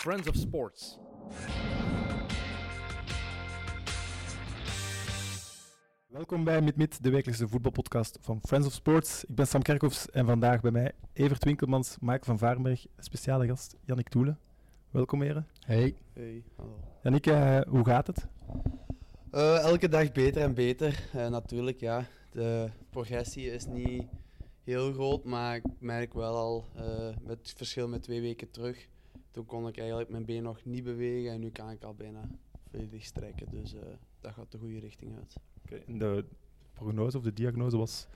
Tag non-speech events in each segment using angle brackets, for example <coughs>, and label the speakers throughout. Speaker 1: Friends of Sports.
Speaker 2: Welkom bij Mit Mit, de wekelijkse voetbalpodcast van Friends of Sports. Ik ben Sam Kerkhoffs en vandaag bij mij Evert Winkelmans, Mike van Varenberg, speciale gast Jannik Toelen. Welkom heren.
Speaker 3: Hey.
Speaker 4: Hey, hallo.
Speaker 2: Jannik, eh, hoe gaat het?
Speaker 4: Eh, elke dag beter en beter. Eh, natuurlijk, ja. De progressie is niet heel groot, maar ik merk wel al eh, met het verschil met twee weken terug. Toen kon ik eigenlijk mijn been nog niet bewegen en nu kan ik al bijna volledig strekken. Dus eh, dat gaat de goede richting uit.
Speaker 2: De prognose of de diagnose was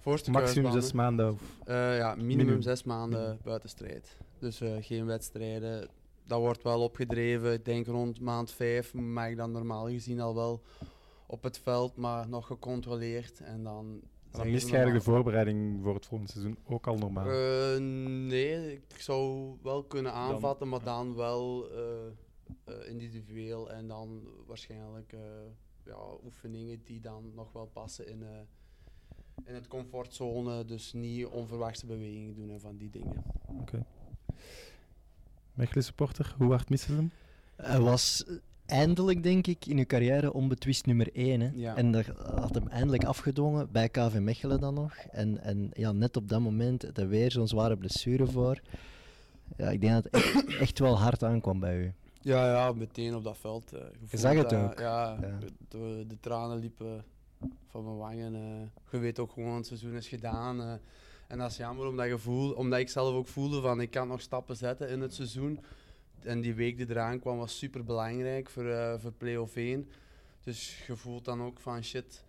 Speaker 4: Voorste
Speaker 2: maximum
Speaker 4: kruisbanden.
Speaker 2: zes maanden. Of...
Speaker 4: Eh, ja, minimum,
Speaker 2: Minimum.
Speaker 4: zes maanden buiten strijd. Dus eh, geen wedstrijden. Dat wordt wel opgedreven. Ik denk rond maand vijf mag ik dan normaal gezien al wel op het veld, maar nog gecontroleerd. En dan.
Speaker 2: Dan
Speaker 4: zeggen
Speaker 2: mist
Speaker 4: ze
Speaker 2: je eigenlijk de
Speaker 4: normaal-
Speaker 2: voorbereiding voor het volgende seizoen ook al normaal.
Speaker 4: Eh, nee, ik zou wel kunnen aanvatten, maar dan wel eh, eh, individueel en dan waarschijnlijk eh, ja, oefeningen die dan nog wel passen in, eh, in het comfortzone. Dus niet onverwachte bewegingen doen en van die dingen.
Speaker 2: Mechelen supporter, hoe hard missen ze hem?
Speaker 3: Hij was eindelijk, denk ik, in uw carrière onbetwist nummer 1. Hè?
Speaker 4: Ja.
Speaker 3: En dat had hem eindelijk afgedwongen, bij KV Mechelen dan nog. En, en ja, net op dat moment had hij weer zo'n zware blessure voor. Ja, ik denk dat het
Speaker 4: <coughs>
Speaker 3: echt, echt wel hard aankwam bij u.
Speaker 4: Ja, ja, meteen op dat veld. eh, je voelt
Speaker 3: zag het
Speaker 4: dat,
Speaker 3: ook.
Speaker 4: Ja,
Speaker 3: Ja.
Speaker 4: De, de tranen liepen van mijn wangen. eh. je weet ook gewoon, het seizoen is gedaan. eh. en dat is jammer, omdat, je voel, omdat ik zelf ook voelde van, ik kan nog stappen zetten in het seizoen. En die week die eraan kwam was super belangrijk voor, eh voor play-off 1. Dus je voelt dan ook van, shit,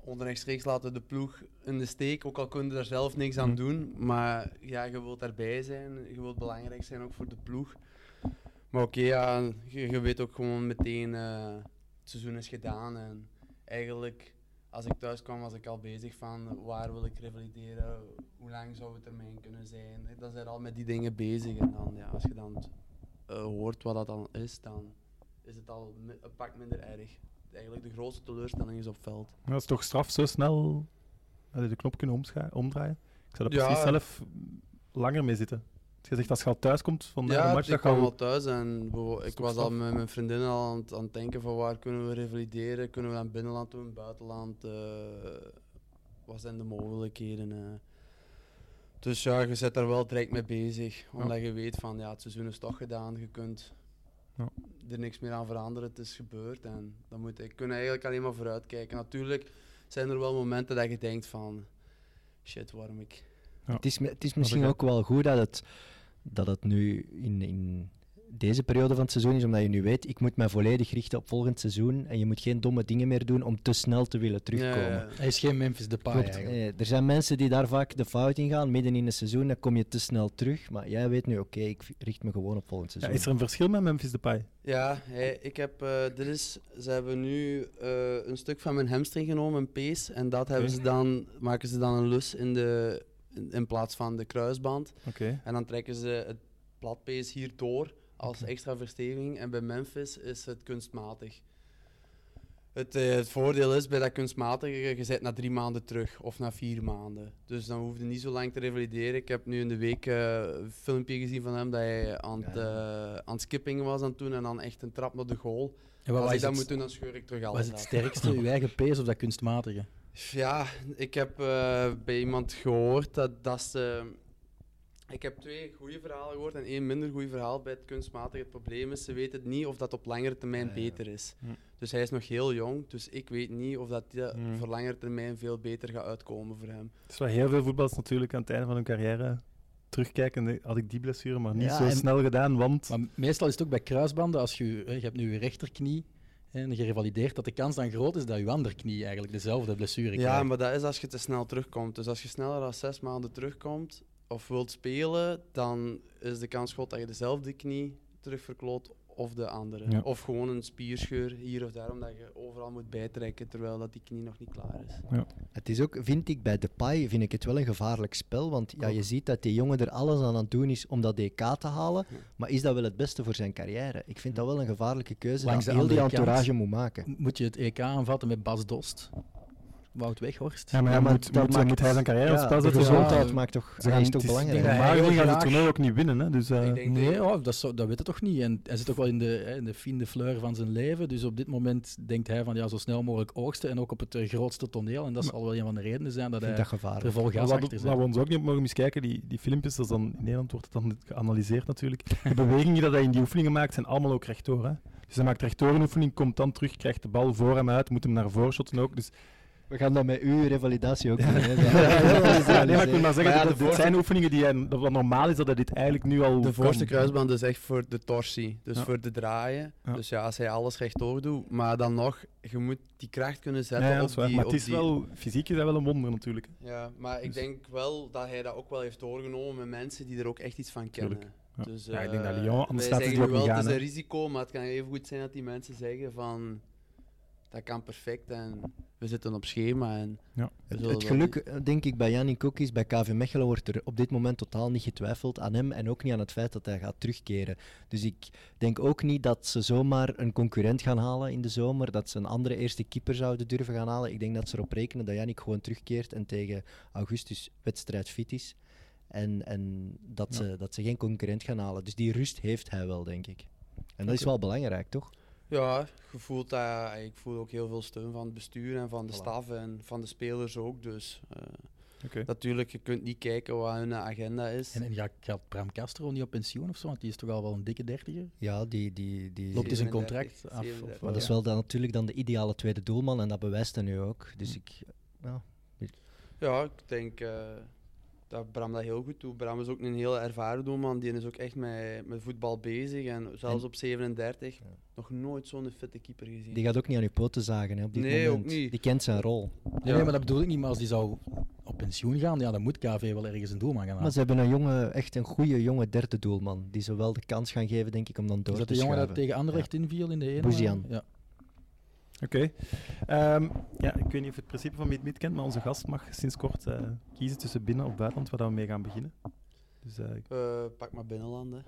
Speaker 4: onrechtstreeks laten we de ploeg in de steek. Ook al kun je daar zelf niks aan
Speaker 2: Mhm.
Speaker 4: doen. Maar ja, je wilt daarbij zijn. Je wilt belangrijk zijn ook voor de ploeg. Maar oké, ja, je, je weet ook gewoon meteen, eh, het seizoen is gedaan. En eigenlijk, als ik thuis kwam, was ik al bezig van waar wil ik revalideren, hoe lang zou het termijn kunnen zijn. Dan zijn we al met die dingen bezig. En dan, ja, als je dan eh, hoort wat dat dan is, dan is het al mi- een pak minder erg. Eigenlijk de grootste teleurstelling is op veld.
Speaker 2: Dat is toch straf zo snel Allee, de knop kunnen omscha- omdraaien? Ik zou er
Speaker 4: Ja.
Speaker 2: precies zelf langer mee zitten. Je zegt als je al thuis komt van
Speaker 4: ja,
Speaker 2: de match,
Speaker 4: ik
Speaker 2: dat je
Speaker 4: kwam
Speaker 2: al
Speaker 4: al thuis en bewo-
Speaker 2: is
Speaker 4: ik
Speaker 2: toch
Speaker 4: was al
Speaker 2: straf?
Speaker 4: met mijn vriendinnen al aan, het- aan het denken van waar kunnen we revalideren, kunnen we naar het binnenland doen, buitenland, eh, wat zijn de mogelijkheden. eh. Dus ja, je zit daar wel direct mee bezig, omdat je weet van ja, het seizoen is toch gedaan, je kunt
Speaker 2: Ja.
Speaker 4: er niks meer aan veranderen, het is gebeurd en dan moet ik kunnen eigenlijk alleen maar vooruitkijken. Natuurlijk zijn er wel momenten dat je denkt van shit, waarom ik
Speaker 3: Het is, mi- het is misschien
Speaker 2: begrijp
Speaker 3: ook wel goed dat het, dat het nu in, in deze periode van het seizoen is, omdat je nu weet, ik moet mij volledig richten op volgend seizoen en je moet geen domme dingen meer doen om te snel te willen terugkomen.
Speaker 4: Ja, ja, ja.
Speaker 5: Hij is geen Memphis Depay
Speaker 3: Klopt.
Speaker 5: eigenlijk.
Speaker 3: Eh, er zijn mensen die daar vaak de fout in gaan. Midden in het seizoen, dan kom je te snel terug. Maar jij weet nu, oké, ik richt me gewoon op volgend
Speaker 2: Ja,
Speaker 3: seizoen.
Speaker 2: is er een verschil met Memphis Depay?
Speaker 4: Ja, hij- ik heb, eh, dit is, ze hebben nu eh, een stuk van mijn hamstring genomen, een pees, en dat hebben
Speaker 2: Oké.
Speaker 4: ze dan, maken ze dan een lus in, de, in, in plaats van de kruisband.
Speaker 2: Oké.
Speaker 4: En dan trekken ze het platpees hier door als
Speaker 2: Oké.
Speaker 4: extra versteviging. En bij Memphis is het kunstmatig. Het, eh, het voordeel is bij dat kunstmatige, je- je zit na drie maanden terug of na vier maanden. Dus dan hoef je niet zo lang te revalideren. Ik heb nu in de week eh, een filmpje gezien van hem dat hij aan het, eh, aan het skippingen was aan het doen en dan echt een trap naar de goal.
Speaker 5: En wat
Speaker 4: Als
Speaker 5: was
Speaker 4: ik dat
Speaker 5: het,
Speaker 4: moet doen, dan scheur ik terug
Speaker 5: wat is
Speaker 4: alles
Speaker 5: het
Speaker 4: af.
Speaker 5: sterkste, uw eigen pees of dat kunstmatige?
Speaker 4: Ja, ik heb eh, bij iemand gehoord dat, dat ze. Ik heb twee goede verhalen gehoord en één minder goed verhaal bij het kunstmatige. Het probleem is, ze weten het niet of dat op langere termijn
Speaker 3: Ja, ja.
Speaker 4: beter is.
Speaker 2: Hm.
Speaker 4: Dus hij is nog heel jong, dus ik weet niet of dat die
Speaker 3: Mm.
Speaker 2: Hm.
Speaker 4: voor langere termijn veel beter gaat uitkomen voor hem.
Speaker 2: Het is wel heel veel voetballers natuurlijk aan het einde van hun carrière terugkijken. nee, Had ik die blessure maar niet
Speaker 5: Ja,
Speaker 2: zo
Speaker 5: en-
Speaker 2: snel gedaan, want...
Speaker 5: Maar meestal is het ook bij kruisbanden, als je, je hebt nu je rechterknie en je revalideert, dat de kans dan groot is dat je andere knie eigenlijk dezelfde blessure krijgt.
Speaker 4: Ja, maar dat is als je te snel terugkomt. Dus als je sneller dan zes maanden terugkomt of wilt spelen, dan is de kans groot dat je dezelfde knie terugverkloot of de andere.
Speaker 2: Ja.
Speaker 4: Of gewoon een spierscheur hier of daar, omdat je overal moet bijtrekken terwijl dat die knie nog niet klaar is.
Speaker 3: Het is ook, vind ik, bij Depay vind ik het wel een gevaarlijk spel. Want ja, je
Speaker 2: Klopt.
Speaker 3: ziet dat die jongen er alles aan aan het doen is om dat DK te halen. Maar is dat wel het beste voor zijn carrière? Ik vind dat wel een gevaarlijke keuze
Speaker 5: Langs
Speaker 3: dat
Speaker 5: de
Speaker 3: heel die
Speaker 5: andere kant- E
Speaker 3: entourage moet maken.
Speaker 5: Moet je het EK aanvatten met Bas Dost? Wout Weghorst.
Speaker 2: Ja, maar,
Speaker 3: Ja,
Speaker 2: hij
Speaker 3: maar
Speaker 2: moet,
Speaker 3: dat
Speaker 2: moet,
Speaker 3: maakt-
Speaker 2: moet hij zijn carrière op
Speaker 3: Ja,
Speaker 2: het spel
Speaker 3: de
Speaker 2: zetten?
Speaker 3: gezondheid
Speaker 5: Ja,
Speaker 3: maakt toch,
Speaker 2: Ze
Speaker 3: hij
Speaker 2: gaan-
Speaker 3: is toch
Speaker 2: het is-
Speaker 3: belangrijk.
Speaker 5: denk dat
Speaker 2: Maar
Speaker 5: hij
Speaker 2: die
Speaker 5: heel
Speaker 2: gaat het
Speaker 5: graag-
Speaker 2: toernooi ook niet winnen, hè? Dus, eh,
Speaker 4: Ik denk
Speaker 5: Nee,
Speaker 4: dat-
Speaker 5: oh, dat, zou- dat weet hij toch niet. En hij zit ook wel in de, hè, in de fine fleur van zijn leven. Dus op dit moment denkt hij van ja, zo snel mogelijk oogsten. En ook op het eh, grootste toneel. En dat zal wel een van de redenen zijn dat
Speaker 3: Ik vind
Speaker 5: hij
Speaker 3: dat gevaarlijk.
Speaker 5: er vol gas
Speaker 2: Wat,
Speaker 5: achter
Speaker 2: wat
Speaker 5: zit.
Speaker 2: we ons ook niet op mogen miskijken, die, die filmpjes, dat is dan, in Nederland wordt het dan geanalyseerd <laughs> natuurlijk. De bewegingen die hij in die oefeningen maakt, zijn allemaal ook rechtdoor. Hè? Dus hij maakt rechtdoor een oefening, komt dan terug, krijgt de bal voor hem uit, moet hem naar voren shotten ook. Dus,
Speaker 3: We gaan dat met uw revalidatie ook doen. hè. <laughs>
Speaker 2: ja,
Speaker 3: Dat-
Speaker 2: nee, maar ik wil maar zeggen,
Speaker 4: Maar ja,
Speaker 2: dat,
Speaker 4: de
Speaker 2: dit
Speaker 4: voorste-
Speaker 2: zijn oefeningen die hij, dat wat normaal is dat hij dit eigenlijk nu al
Speaker 4: De
Speaker 2: kan.
Speaker 4: voorste kruisband is echt voor de torsie, dus
Speaker 2: Ja.
Speaker 4: voor de draaien.
Speaker 2: Ja.
Speaker 4: Dus ja, als hij alles rechtdoor doet, maar dan nog, je moet die kracht kunnen
Speaker 2: Ja,
Speaker 4: zetten
Speaker 2: ja, dat is
Speaker 4: op
Speaker 2: waar.
Speaker 4: die...
Speaker 2: maar het
Speaker 4: op
Speaker 2: is
Speaker 4: die-
Speaker 2: wel, fysiek is hij wel een wonder natuurlijk.
Speaker 4: Ja, maar ik
Speaker 2: Dus-
Speaker 4: denk wel dat hij dat ook wel heeft doorgenomen met mensen die er ook echt iets van kennen.
Speaker 2: Tuurlijk, ja.
Speaker 4: Dus,
Speaker 2: Ja, ik denk
Speaker 4: eh,
Speaker 2: dat Lyon- anders
Speaker 4: wij
Speaker 2: laten ze
Speaker 4: zeggen
Speaker 2: die ook
Speaker 4: nu wel,
Speaker 2: niet gaan,
Speaker 4: Het is
Speaker 2: hè.
Speaker 4: een risico, maar het kan even goed zijn dat die mensen zeggen van... Dat kan perfect en we zitten op schema. En
Speaker 2: Ja.
Speaker 4: we
Speaker 3: Het,
Speaker 4: zullen
Speaker 3: het
Speaker 4: wel
Speaker 3: geluk, eh, denk ik, bij Jannik ook is, bij KV Mechelen wordt er op dit moment totaal niet getwijfeld aan hem en ook niet aan het feit dat hij gaat terugkeren. Dus ik denk ook niet dat ze zomaar een concurrent gaan halen in de zomer, dat ze een andere eerste keeper zouden durven gaan halen. Ik denk dat ze erop rekenen dat Jannik gewoon terugkeert en tegen augustus wedstrijd fit is. En, en dat,
Speaker 2: Ja.
Speaker 3: ze, dat ze geen concurrent gaan halen. Dus die rust heeft hij wel, denk ik. En dat is
Speaker 2: Oké.
Speaker 3: wel belangrijk, toch?
Speaker 4: Ja, gevoeld dat, ik voel ook heel veel steun van het bestuur en van de
Speaker 3: Voilà.
Speaker 4: staf en van de spelers ook. Dus eh,
Speaker 2: Oké.
Speaker 4: natuurlijk, je kunt niet kijken wat hun agenda is.
Speaker 5: En, en gaat, gaat Bram Castro niet op pensioen of zo? Want die is toch al wel een dikke dertiger?
Speaker 3: Ja, die, die, die,
Speaker 5: Loopt dus een
Speaker 4: 37,
Speaker 5: contract af? Of,
Speaker 4: 37.
Speaker 3: Maar dat is wel dan natuurlijk dan de ideale tweede doelman en dat bewijst hij nu ook.
Speaker 4: Hm.
Speaker 3: Dus ik, ja,
Speaker 4: Ja, ik denk eh, dat Bram dat heel goed doet. Bram is ook een heel ervaren doelman. Die is ook echt met, met voetbal bezig. En zelfs
Speaker 3: En-
Speaker 4: op 37
Speaker 3: Ja.
Speaker 4: nog nooit zo'n fitte keeper gezien.
Speaker 3: die gaat ook niet aan je poten zagen hè, op dit
Speaker 4: Nee, ook
Speaker 3: moment.
Speaker 4: niet.
Speaker 3: Die kent zijn rol.
Speaker 5: Nee,
Speaker 4: Ja.
Speaker 5: nee, maar dat bedoel ik niet. Maar als die zou op pensioen gaan, ja, dan moet KV wel ergens een doelman gaan halen.
Speaker 3: Maar ze hebben een jonge, echt een goede jonge derde doelman. Die ze wel de kans gaan geven, denk ik, om dan door
Speaker 5: is Dus dat
Speaker 3: te
Speaker 5: de jongen dat
Speaker 3: schuiven.
Speaker 5: tegen Anderlecht inviel in de ene?
Speaker 3: Boezian.
Speaker 5: Ja.
Speaker 2: Oké. Ehm, ja, ik weet niet of je het principe van Meet Meet kent, maar onze gast mag sinds kort eh, kiezen tussen binnen- of buitenland waar dat we mee gaan beginnen. Dus eh, oké.
Speaker 4: Eh, pak maar binnenlanden.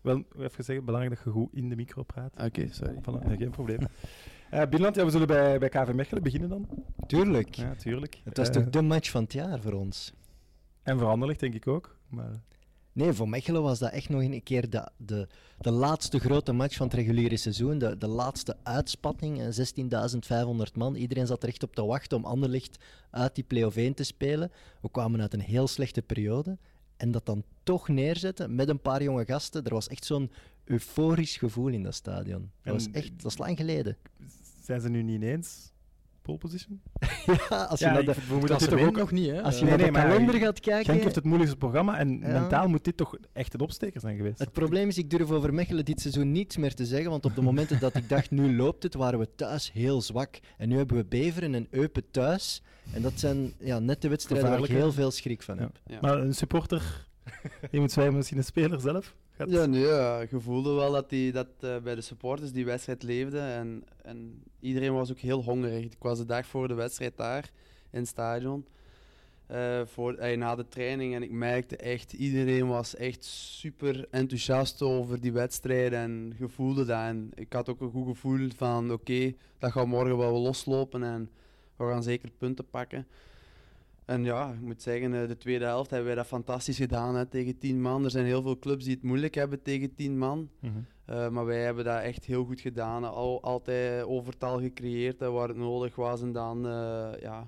Speaker 2: Wel, even zeggen, belangrijk dat je goed in de micro praat.
Speaker 4: Oké, sorry.
Speaker 2: Voilà, nee, geen <laughs> probleem. Eh, binnenland, ja, we zullen bij, bij KV Mechelen beginnen dan.
Speaker 3: Tuurlijk.
Speaker 2: Ja, tuurlijk.
Speaker 3: Het was
Speaker 2: Eh,
Speaker 3: toch de match van het jaar voor ons?
Speaker 2: En voor Anderlecht denk ik ook. Maar,
Speaker 3: Nee, voor Mechelen was dat echt nog een keer de, de, de laatste grote match van het reguliere seizoen. De, de laatste uitspatting. En 16.500 man. Iedereen zat er echt op te wachten om Anderlecht uit die play-off 1 te spelen. We kwamen uit een heel slechte periode. En dat dan toch neerzetten met een paar jonge gasten. Er was echt zo'n euforisch gevoel in dat stadion.
Speaker 2: En-
Speaker 3: Dat was echt dat is lang geleden. <laughs>
Speaker 2: zijn ze nu niet ineens pole position?
Speaker 3: Ja, als je naar de,
Speaker 2: ik vermoed dat dit
Speaker 5: Dat
Speaker 2: toch
Speaker 5: is ook
Speaker 2: ook...
Speaker 5: nog niet, hè?
Speaker 3: als je
Speaker 5: Eh,
Speaker 2: nee,
Speaker 3: naar de
Speaker 2: nee, maar-
Speaker 3: kalender gaat kijken...
Speaker 2: Genk heeft het moeilijkste programma en
Speaker 3: Ja.
Speaker 2: mentaal moet dit toch echt het opsteker zijn geweest.
Speaker 3: Het probleem is, ik durf over Mechelen dit seizoen niets meer te zeggen. Want op de momenten dat ik dacht, nu loopt het, waren we thuis heel zwak. En nu hebben we Beveren en Eupen thuis. En dat zijn ja, net de wedstrijden waar ik
Speaker 2: Gevaarlijk,
Speaker 3: heel
Speaker 2: hè?
Speaker 3: veel schrik van
Speaker 2: Ja.
Speaker 3: heb.
Speaker 4: Ja.
Speaker 2: Maar een supporter,
Speaker 3: <laughs>
Speaker 2: die moet zwijgen, misschien een speler zelf. Gaat...
Speaker 4: Ja, nee, ja, je voelde wel dat, die, dat eh, bij de supporters die wedstrijd leefde. En, en iedereen was ook heel hongerig. Ik was de dag voor de wedstrijd daar in het stadion. eh, voor, eh, na de training en ik merkte echt, iedereen was echt super enthousiast over die wedstrijd en je voelde dat. En ik had ook een goed gevoel van oké, dat gaat morgen wel loslopen en we gaan zeker punten pakken. En ja, ik moet zeggen, eh, de tweede helft hebben wij dat fantastisch gedaan hè, tegen tien man. Er zijn heel veel clubs die het moeilijk hebben tegen tien man.
Speaker 2: Mhm.
Speaker 4: Eh, maar wij hebben dat echt heel goed gedaan. Al, altijd overtal gecreëerd hè, waar het nodig was. En dan eh, ja,